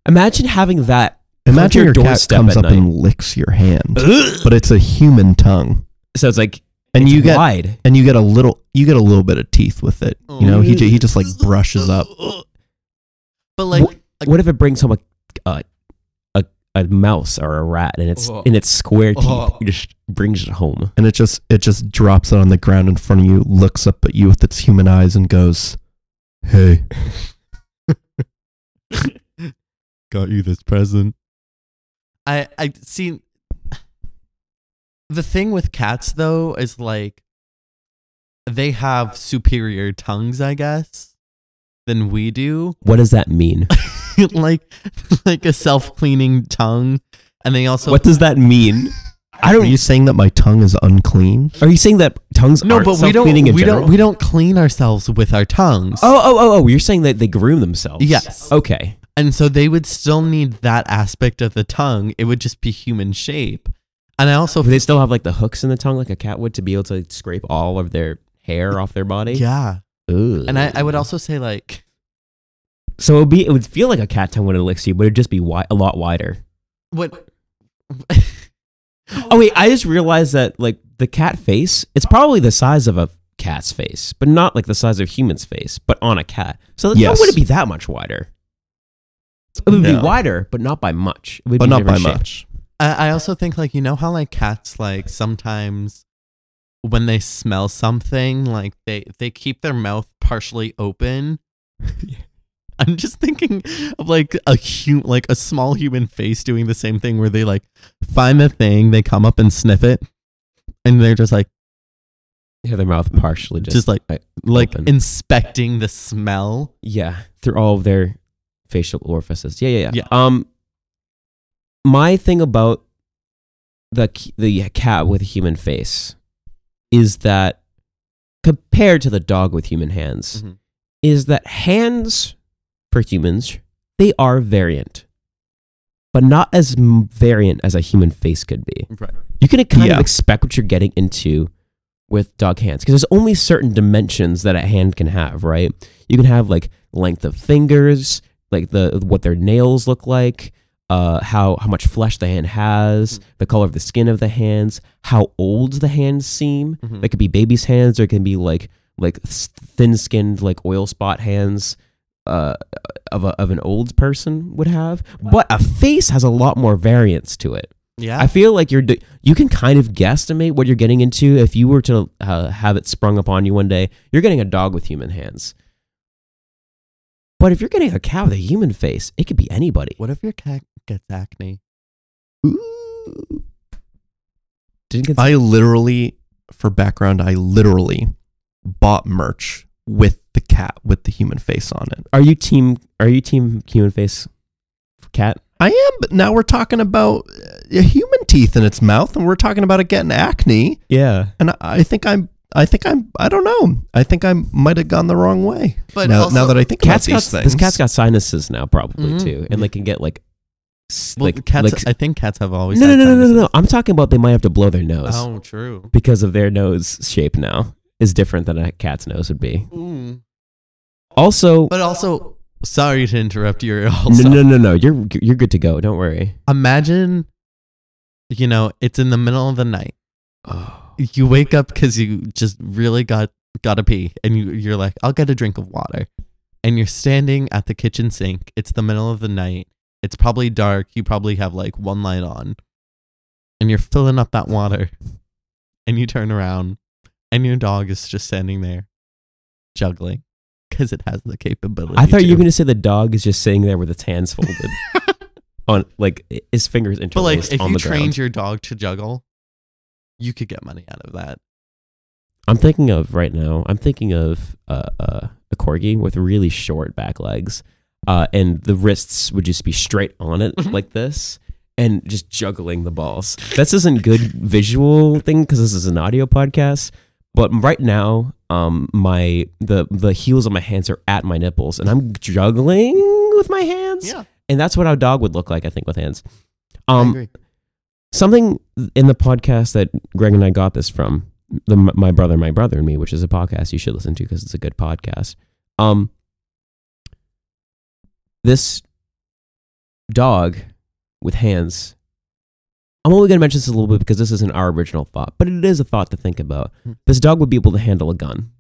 [SPEAKER 1] Imagine having that. come to
[SPEAKER 3] Imagine your, cat
[SPEAKER 1] doorstep
[SPEAKER 3] comes
[SPEAKER 1] at
[SPEAKER 3] up
[SPEAKER 1] night.
[SPEAKER 3] and licks your
[SPEAKER 1] [laughs]
[SPEAKER 3] hand,
[SPEAKER 1] Ugh.
[SPEAKER 3] but it's a human tongue,
[SPEAKER 1] so it's like
[SPEAKER 3] and
[SPEAKER 1] it's
[SPEAKER 3] you get
[SPEAKER 1] wide.
[SPEAKER 3] and you get a little you get a little bit of teeth with it. You know, he ju- he just like brushes up.
[SPEAKER 2] but like a
[SPEAKER 1] What if it brings home a a, a, a mouse or a rat and it's
[SPEAKER 2] Oh.
[SPEAKER 1] in its square teeth
[SPEAKER 2] Oh.
[SPEAKER 1] It just brings it home.
[SPEAKER 3] and it just it just drops it on the ground in front of you, looks up at you with its human eyes, and goes, "Hey, [laughs] got you this present."
[SPEAKER 2] I I see. The thing with cats though is like they have superior tongues, I guess, than we do. [laughs]
[SPEAKER 1] What does that mean?
[SPEAKER 2] like like a self cleaning tongue, and they also
[SPEAKER 1] what does that mean? I
[SPEAKER 3] Are
[SPEAKER 1] don't.
[SPEAKER 3] you saying that my tongue is unclean?
[SPEAKER 1] Are you saying that tongues
[SPEAKER 2] no,
[SPEAKER 1] aren't
[SPEAKER 2] but we don't
[SPEAKER 1] self-cleaning in
[SPEAKER 2] we
[SPEAKER 1] general?
[SPEAKER 2] don't we don't clean ourselves with our tongues.
[SPEAKER 1] oh, oh, oh, oh! You're saying that they groom themselves?
[SPEAKER 2] Yes.
[SPEAKER 1] Okay.
[SPEAKER 2] And so they would still need that aspect of the tongue. It would just be human shape. And I also
[SPEAKER 1] But they still have like the hooks in the tongue, like a cat would, to be able to scrape all of their hair off their body.
[SPEAKER 2] yeah.
[SPEAKER 1] Ugh.
[SPEAKER 2] And I, I would also say like
[SPEAKER 1] So it would be. It would feel like a cat tongue when it licks you, but it'd just be wi- a lot wider.
[SPEAKER 2] what
[SPEAKER 1] Oh wait, I just realized that like the cat face, it's probably the size of a cat's face, but not like the size of a human's face, but on a cat. So the
[SPEAKER 3] Yes.
[SPEAKER 1] tongue wouldn't be that much wider. It would
[SPEAKER 3] No.
[SPEAKER 1] be wider, but not by much. It would
[SPEAKER 3] But
[SPEAKER 1] be
[SPEAKER 3] not by
[SPEAKER 1] different shape.
[SPEAKER 3] much.
[SPEAKER 2] I, I also think like you know how like cats like sometimes when they smell something like they they keep their mouth partially open. [laughs] I'm just thinking of like a hu- like a small human face doing the same thing where they like find the thing, they come up and sniff it, and they're just like,
[SPEAKER 1] have their mouth partially just,
[SPEAKER 2] Just like- like
[SPEAKER 1] Open.
[SPEAKER 2] inspecting the smell.
[SPEAKER 1] yeah through all of their facial orifices. Yeah, yeah, yeah.
[SPEAKER 2] Yeah.
[SPEAKER 1] Um, my thing about the c- the cat with a human face is that compared to the dog with human hands,
[SPEAKER 2] Mhm.
[SPEAKER 1] is that hands for humans they are variant, but not as m- variant as a human face could be.
[SPEAKER 2] Right.
[SPEAKER 1] You can kind
[SPEAKER 3] Yeah.
[SPEAKER 1] of expect what you're getting into with dog hands because there's only certain dimensions that a hand can have, right? You can have like length of fingers, like the what their nails look like, uh, how how much flesh the hand has, the color of the skin of the hands, how old the hands seem.
[SPEAKER 2] Mhm.
[SPEAKER 1] They could be baby's hands, or it can be like like thin skinned like oil spot hands. Uh, of a, of an old person would have, but a face has a lot more variance to it.
[SPEAKER 2] Yeah.
[SPEAKER 1] I feel like you're d- you can kind of guesstimate what you're getting into if you were to uh, have it sprung upon you one day. You're getting a dog with human hands. But if you're getting a cat with a human face, it could be anybody.
[SPEAKER 2] what if your cat gets acne?
[SPEAKER 1] Ooh. Didn't get
[SPEAKER 3] I literally, for background, I literally bought merch with the cat with the human face on it.
[SPEAKER 1] Are you team are you team human face cat?
[SPEAKER 3] I am, but now we're talking about uh, a human teeth in its mouth, and we're talking about it getting acne.
[SPEAKER 1] Yeah.
[SPEAKER 3] And I, I think I'm, I think I'm, I don't know. I think I might have gone the wrong way.
[SPEAKER 2] But
[SPEAKER 3] now,
[SPEAKER 2] also,
[SPEAKER 3] now that I think
[SPEAKER 1] Cat's
[SPEAKER 3] about
[SPEAKER 1] got
[SPEAKER 3] these things,
[SPEAKER 1] this cat's got sinuses now probably
[SPEAKER 2] Mhm.
[SPEAKER 1] too and they can get like s-
[SPEAKER 2] well,
[SPEAKER 1] like
[SPEAKER 2] cats,
[SPEAKER 1] like
[SPEAKER 2] I think cats have always.
[SPEAKER 1] no, no,
[SPEAKER 2] had
[SPEAKER 1] no, no, no, no,
[SPEAKER 2] sinuses.
[SPEAKER 1] no. I'm talking about they might have to blow their nose.
[SPEAKER 2] Oh, true.
[SPEAKER 1] because of their nose shape now is different than a cat's nose would be.
[SPEAKER 2] Ooh.
[SPEAKER 1] Also,
[SPEAKER 2] But also, sorry to interrupt you.
[SPEAKER 1] no,
[SPEAKER 2] [laughs] Also,
[SPEAKER 1] no, no, no, you're you're good to go. Don't worry.
[SPEAKER 2] imagine, you know, it's in the middle of the night.
[SPEAKER 1] Oh.
[SPEAKER 2] You wake up because you just really got gotta pee, and you you're like, I'll get a drink of water, and you're standing at the kitchen sink. It's the middle of the night. It's probably dark. You probably have like one light on, and you're filling up that water, and you turn around, and your dog is just standing there, juggling, because it has the capability.
[SPEAKER 1] I thought you
[SPEAKER 2] to.
[SPEAKER 1] were going to say the dog is just sitting there with its hands
[SPEAKER 2] [laughs]
[SPEAKER 1] folded on, like i- his fingers
[SPEAKER 2] But
[SPEAKER 1] interlaced
[SPEAKER 2] like, if
[SPEAKER 1] on the
[SPEAKER 2] you trained
[SPEAKER 1] ground.
[SPEAKER 2] your dog to juggle, you could get money out of that.
[SPEAKER 1] I'm thinking of right now. I'm thinking of uh, uh, a corgi with really short back legs, uh, and the wrists would just be straight on it
[SPEAKER 2] Mm-hmm.
[SPEAKER 1] like this. And just juggling the balls. This isn't good visual thing because this is an audio podcast. But right now, um, my the the heels of my hands are at my nipples, and I'm juggling with my hands.
[SPEAKER 2] Yeah,
[SPEAKER 1] and that's what our dog would look like, I think, with hands.
[SPEAKER 2] I
[SPEAKER 1] Um,
[SPEAKER 2] agree.
[SPEAKER 1] something in the podcast that Greg and I got this from the my brother, my brother and me, which is a podcast you should listen to because it's a good podcast. Um, this dog with hands. I'm only going to mention this a little bit because this isn't our original thought, but it is a thought to think about.
[SPEAKER 2] Hmm.
[SPEAKER 1] This dog would be able to handle a gun.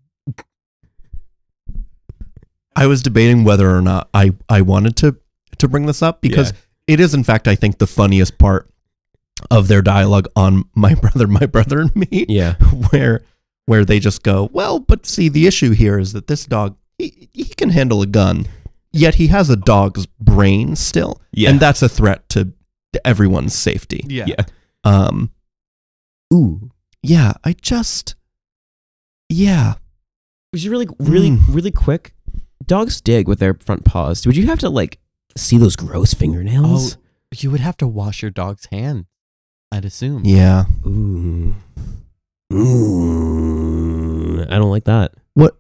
[SPEAKER 3] I was debating whether or not I, I wanted to to bring this up because it is in fact I think the funniest part of their dialogue on my [laughs] brother, my brother and me,
[SPEAKER 1] Yeah.
[SPEAKER 3] where where they just go, well, but see the issue here is that this dog he, he can handle a gun, yet he has a dog's brain still,
[SPEAKER 1] Yeah.
[SPEAKER 3] and that's a threat to, to everyone's safety.
[SPEAKER 2] Yeah.
[SPEAKER 1] yeah.
[SPEAKER 3] Um,
[SPEAKER 1] Ooh.
[SPEAKER 3] yeah, I just, yeah,
[SPEAKER 1] Which is really, really,
[SPEAKER 3] Mm.
[SPEAKER 1] really quick. Dogs dig with their front paws. Would you have to like see those gross
[SPEAKER 2] Oh,
[SPEAKER 1] fingernails?
[SPEAKER 2] you would have to wash your dog's hand. I'd assume.
[SPEAKER 3] yeah.
[SPEAKER 1] Oh, Ooh. Ooh. I don't like that.
[SPEAKER 3] What?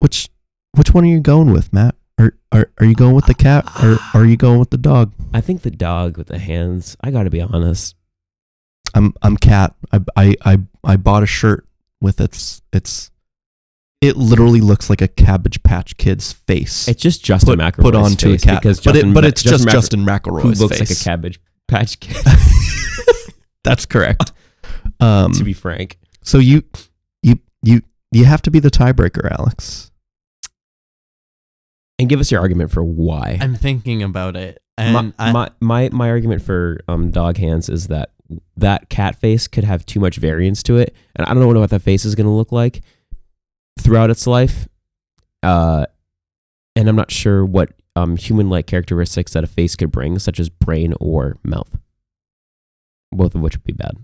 [SPEAKER 3] Which? Which one are you going with, Matt? Are are, are you going with the cat or are you going with the dog?
[SPEAKER 1] I think the dog with the hands. I got to be honest.
[SPEAKER 3] I'm I'm cat. I I I, I bought a shirt with its its. It literally looks like a Cabbage Patch Kid's face
[SPEAKER 1] It's just Justin
[SPEAKER 3] put,
[SPEAKER 1] McElroy's
[SPEAKER 3] put onto a
[SPEAKER 1] face
[SPEAKER 3] cat.
[SPEAKER 1] because
[SPEAKER 3] but
[SPEAKER 1] Justin,
[SPEAKER 3] it, but
[SPEAKER 1] Ma-
[SPEAKER 3] it's just Justin
[SPEAKER 1] McElroy,
[SPEAKER 3] McElroy's
[SPEAKER 1] who looks like
[SPEAKER 3] face.
[SPEAKER 1] a cabbage patch kid.
[SPEAKER 3] That's [laughs] correct. Um,
[SPEAKER 1] to be frank,
[SPEAKER 3] so you you you you have to be the tiebreaker, Alex.
[SPEAKER 1] and give us your argument for why.
[SPEAKER 2] I'm thinking about it, and
[SPEAKER 1] my,
[SPEAKER 2] I,
[SPEAKER 1] my my my argument for um dog hands is that that cat face could have too much variance to it, and I don't know what that face is going to look like throughout its life. Uh, and I'm not sure what um human-like characteristics that a face could bring, such as brain or mouth, both of which would be bad.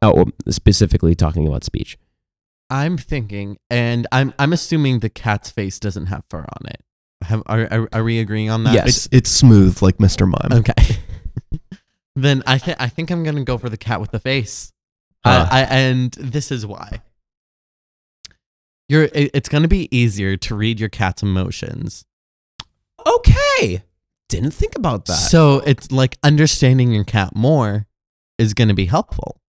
[SPEAKER 1] Oh, well, specifically talking about speech.
[SPEAKER 2] I'm thinking, and I'm I'm assuming the cat's face doesn't have fur on it. Have, are, are are we agreeing on that?
[SPEAKER 1] Yes.
[SPEAKER 3] It's it's smooth like Mr. Mime.
[SPEAKER 2] Okay. then I th- I think I'm gonna go for the cat with the face.
[SPEAKER 1] Huh.
[SPEAKER 2] I, I, and this is why. You're it- it's gonna be easier to read your cat's emotions.
[SPEAKER 1] [laughs] Okay. Didn't think about that.
[SPEAKER 2] So it's like understanding your cat more is gonna be helpful.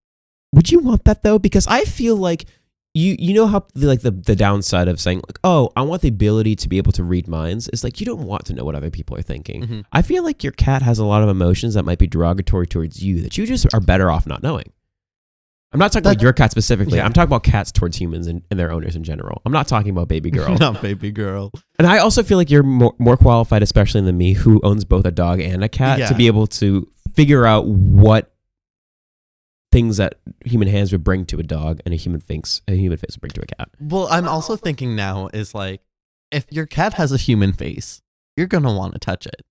[SPEAKER 1] Would you want that though? Because I feel like you you know how the, like the, the downside of saying like oh I want the ability to be able to read minds is like you don't want to know what other people are thinking.
[SPEAKER 2] [laughs] Mhm.
[SPEAKER 1] I feel like your cat has a lot of emotions that might be derogatory towards you that you just are better off not knowing. I'm not talking about
[SPEAKER 2] That-
[SPEAKER 1] your cat specifically.
[SPEAKER 2] Yeah.
[SPEAKER 1] I'm talking about cats towards humans and, and their owners in general. I'm not talking about
[SPEAKER 2] [laughs]
[SPEAKER 1] baby girl.
[SPEAKER 2] Not baby girl.
[SPEAKER 1] And I also feel like you're more, more qualified, especially than me, who owns both a dog and a cat,
[SPEAKER 2] Yeah.
[SPEAKER 1] to be able to figure out what things that human hands would bring to a dog and a human face, a human face would bring to a cat.
[SPEAKER 2] Well, I'm also thinking now is like if your cat has a human face, you're going to want to touch it.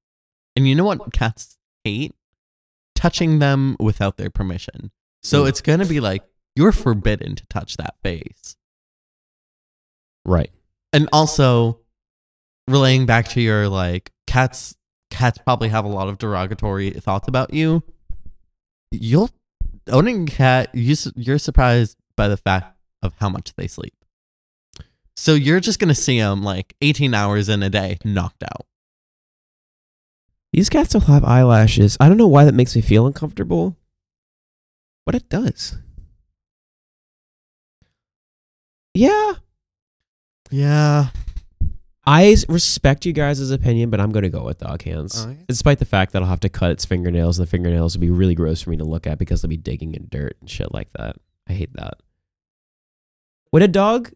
[SPEAKER 2] And you know what cats hate? Touching them without their permission. So
[SPEAKER 1] Mm.
[SPEAKER 2] it's going to be like you're forbidden to touch that face.
[SPEAKER 1] Right.
[SPEAKER 2] And also relaying back to your like cats cats probably have a lot of derogatory thoughts about you. You'll owning a cat, you su- you're surprised by the fact of how much they sleep. So you're just gonna see them like 18 hours in a day, knocked out.
[SPEAKER 1] These cats still have eyelashes. I don't know why that makes me feel uncomfortable, but it does. Yeah.
[SPEAKER 2] Yeah.
[SPEAKER 1] I s- respect you guys' opinion, but I'm going to go with dog hands.
[SPEAKER 2] Okay.
[SPEAKER 1] Despite the fact that I'll have to cut its fingernails, and the fingernails would be really gross for me to look at because they'll be digging in dirt and shit like that. I hate that. Would a dog,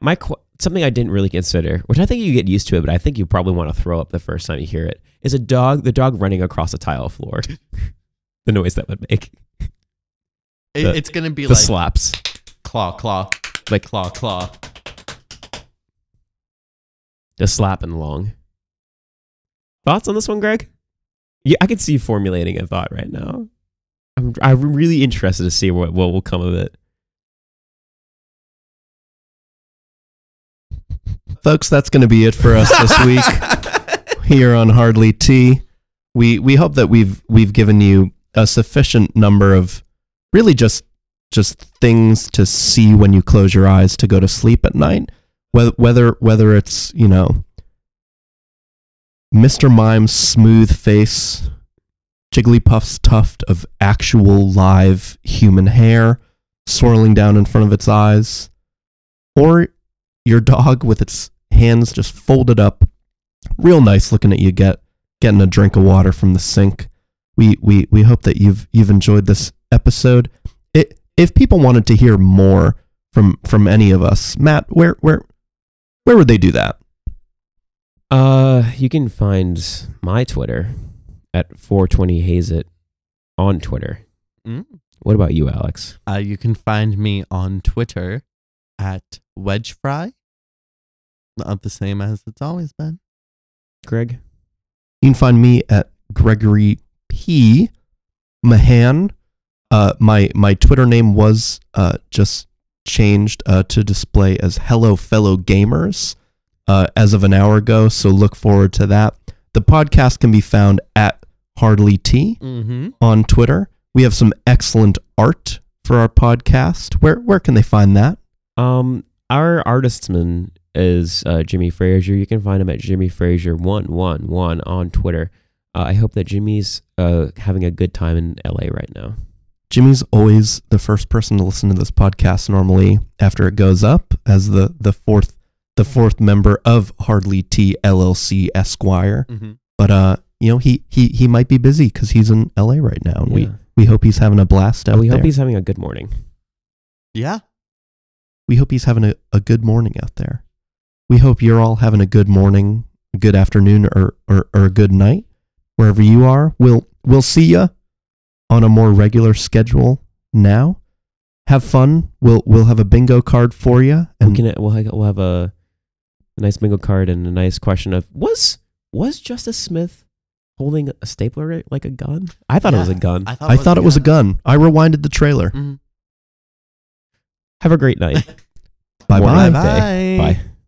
[SPEAKER 1] my qu- something I didn't really consider, which I think you get used to it, but I think you probably want to throw up the first time you hear it, is a dog, the dog running across a tile floor. [laughs] the noise that would make,
[SPEAKER 2] It,
[SPEAKER 1] The-
[SPEAKER 2] it's gonna be
[SPEAKER 1] the
[SPEAKER 2] like
[SPEAKER 1] slaps.
[SPEAKER 2] claw, claw,
[SPEAKER 1] Like- [laughs]
[SPEAKER 2] claw, claw.
[SPEAKER 1] Just slapping along. Thoughts on this one, Greg? Yeah, I could see you formulating a thought right now. I'm, I'm really interested to see what, what will come of it.
[SPEAKER 3] Folks, that's going to be it for us this week. here on Hardly Tea. We we hope that we've we've given you a sufficient number of really just just things to see when you close your eyes to go to sleep at night. Whether whether whether it's you know Mr. Mime's smooth face, Jigglypuff's tuft of actual live human hair swirling down in front of its eyes, or your dog with its hands just folded up real nice looking at you get getting a drink of water from the sink. We we we hope that you've you've enjoyed this episode. It, if people wanted to hear more from from any of us, Matt, where where where would they do that?
[SPEAKER 1] Uh, you can find my Twitter at 420 Haze It on Twitter.
[SPEAKER 2] Mm.
[SPEAKER 1] What about you, Alex?
[SPEAKER 2] Uh, you can find me on Twitter at Wedgefry. Not the same as it's always been.
[SPEAKER 1] Greg?
[SPEAKER 3] You can find me at Gregory P. Mahan. Uh, my my Twitter name was uh, just changed uh, to display as Hello Fellow Gamers uh, as of an hour ago. So look forward to that. The podcast can be found at Hardly Tea
[SPEAKER 2] Mm-hmm.
[SPEAKER 3] on Twitter. We have some excellent art for our podcast. Where where can they find that?
[SPEAKER 1] Um, our artistman is uh, Jimmy Frazier. You can find him at Jimmy Frazier one one one on Twitter. Uh, I hope that Jimmy's uh, having a good time in LA right now.
[SPEAKER 3] Jimmy's always the first person to listen to this podcast normally after it goes up as the, the fourth the fourth member of Hardly T LLC Esquire.
[SPEAKER 2] Mm-hmm.
[SPEAKER 3] But uh, you know, he he he might be busy cuz he's in LA right now and Oh, we
[SPEAKER 1] Yeah.
[SPEAKER 3] we hope he's having a blast out
[SPEAKER 1] we
[SPEAKER 3] there.
[SPEAKER 1] hope he's having a good morning.
[SPEAKER 2] Yeah.
[SPEAKER 3] we hope he's having a, a good morning out there. We hope you're all having a good morning, a good afternoon, or, or, or a good night, wherever you are. We'll, we'll see you on a more regular schedule now. Have fun. We'll, we'll have a bingo card for you.
[SPEAKER 1] we can uh, we'll, ha- we'll have a, a nice bingo card and a nice question of was was Justice Smith holding a stapler like a gun? I thought it was a
[SPEAKER 2] Yeah.
[SPEAKER 1] gun.
[SPEAKER 2] thought Mm-hmm.
[SPEAKER 3] I thought it was a gun. I rewinded the trailer.
[SPEAKER 2] Mhm.
[SPEAKER 1] Have a great night.
[SPEAKER 3] Bye
[SPEAKER 1] Morning,
[SPEAKER 3] bye.
[SPEAKER 1] day. Bye.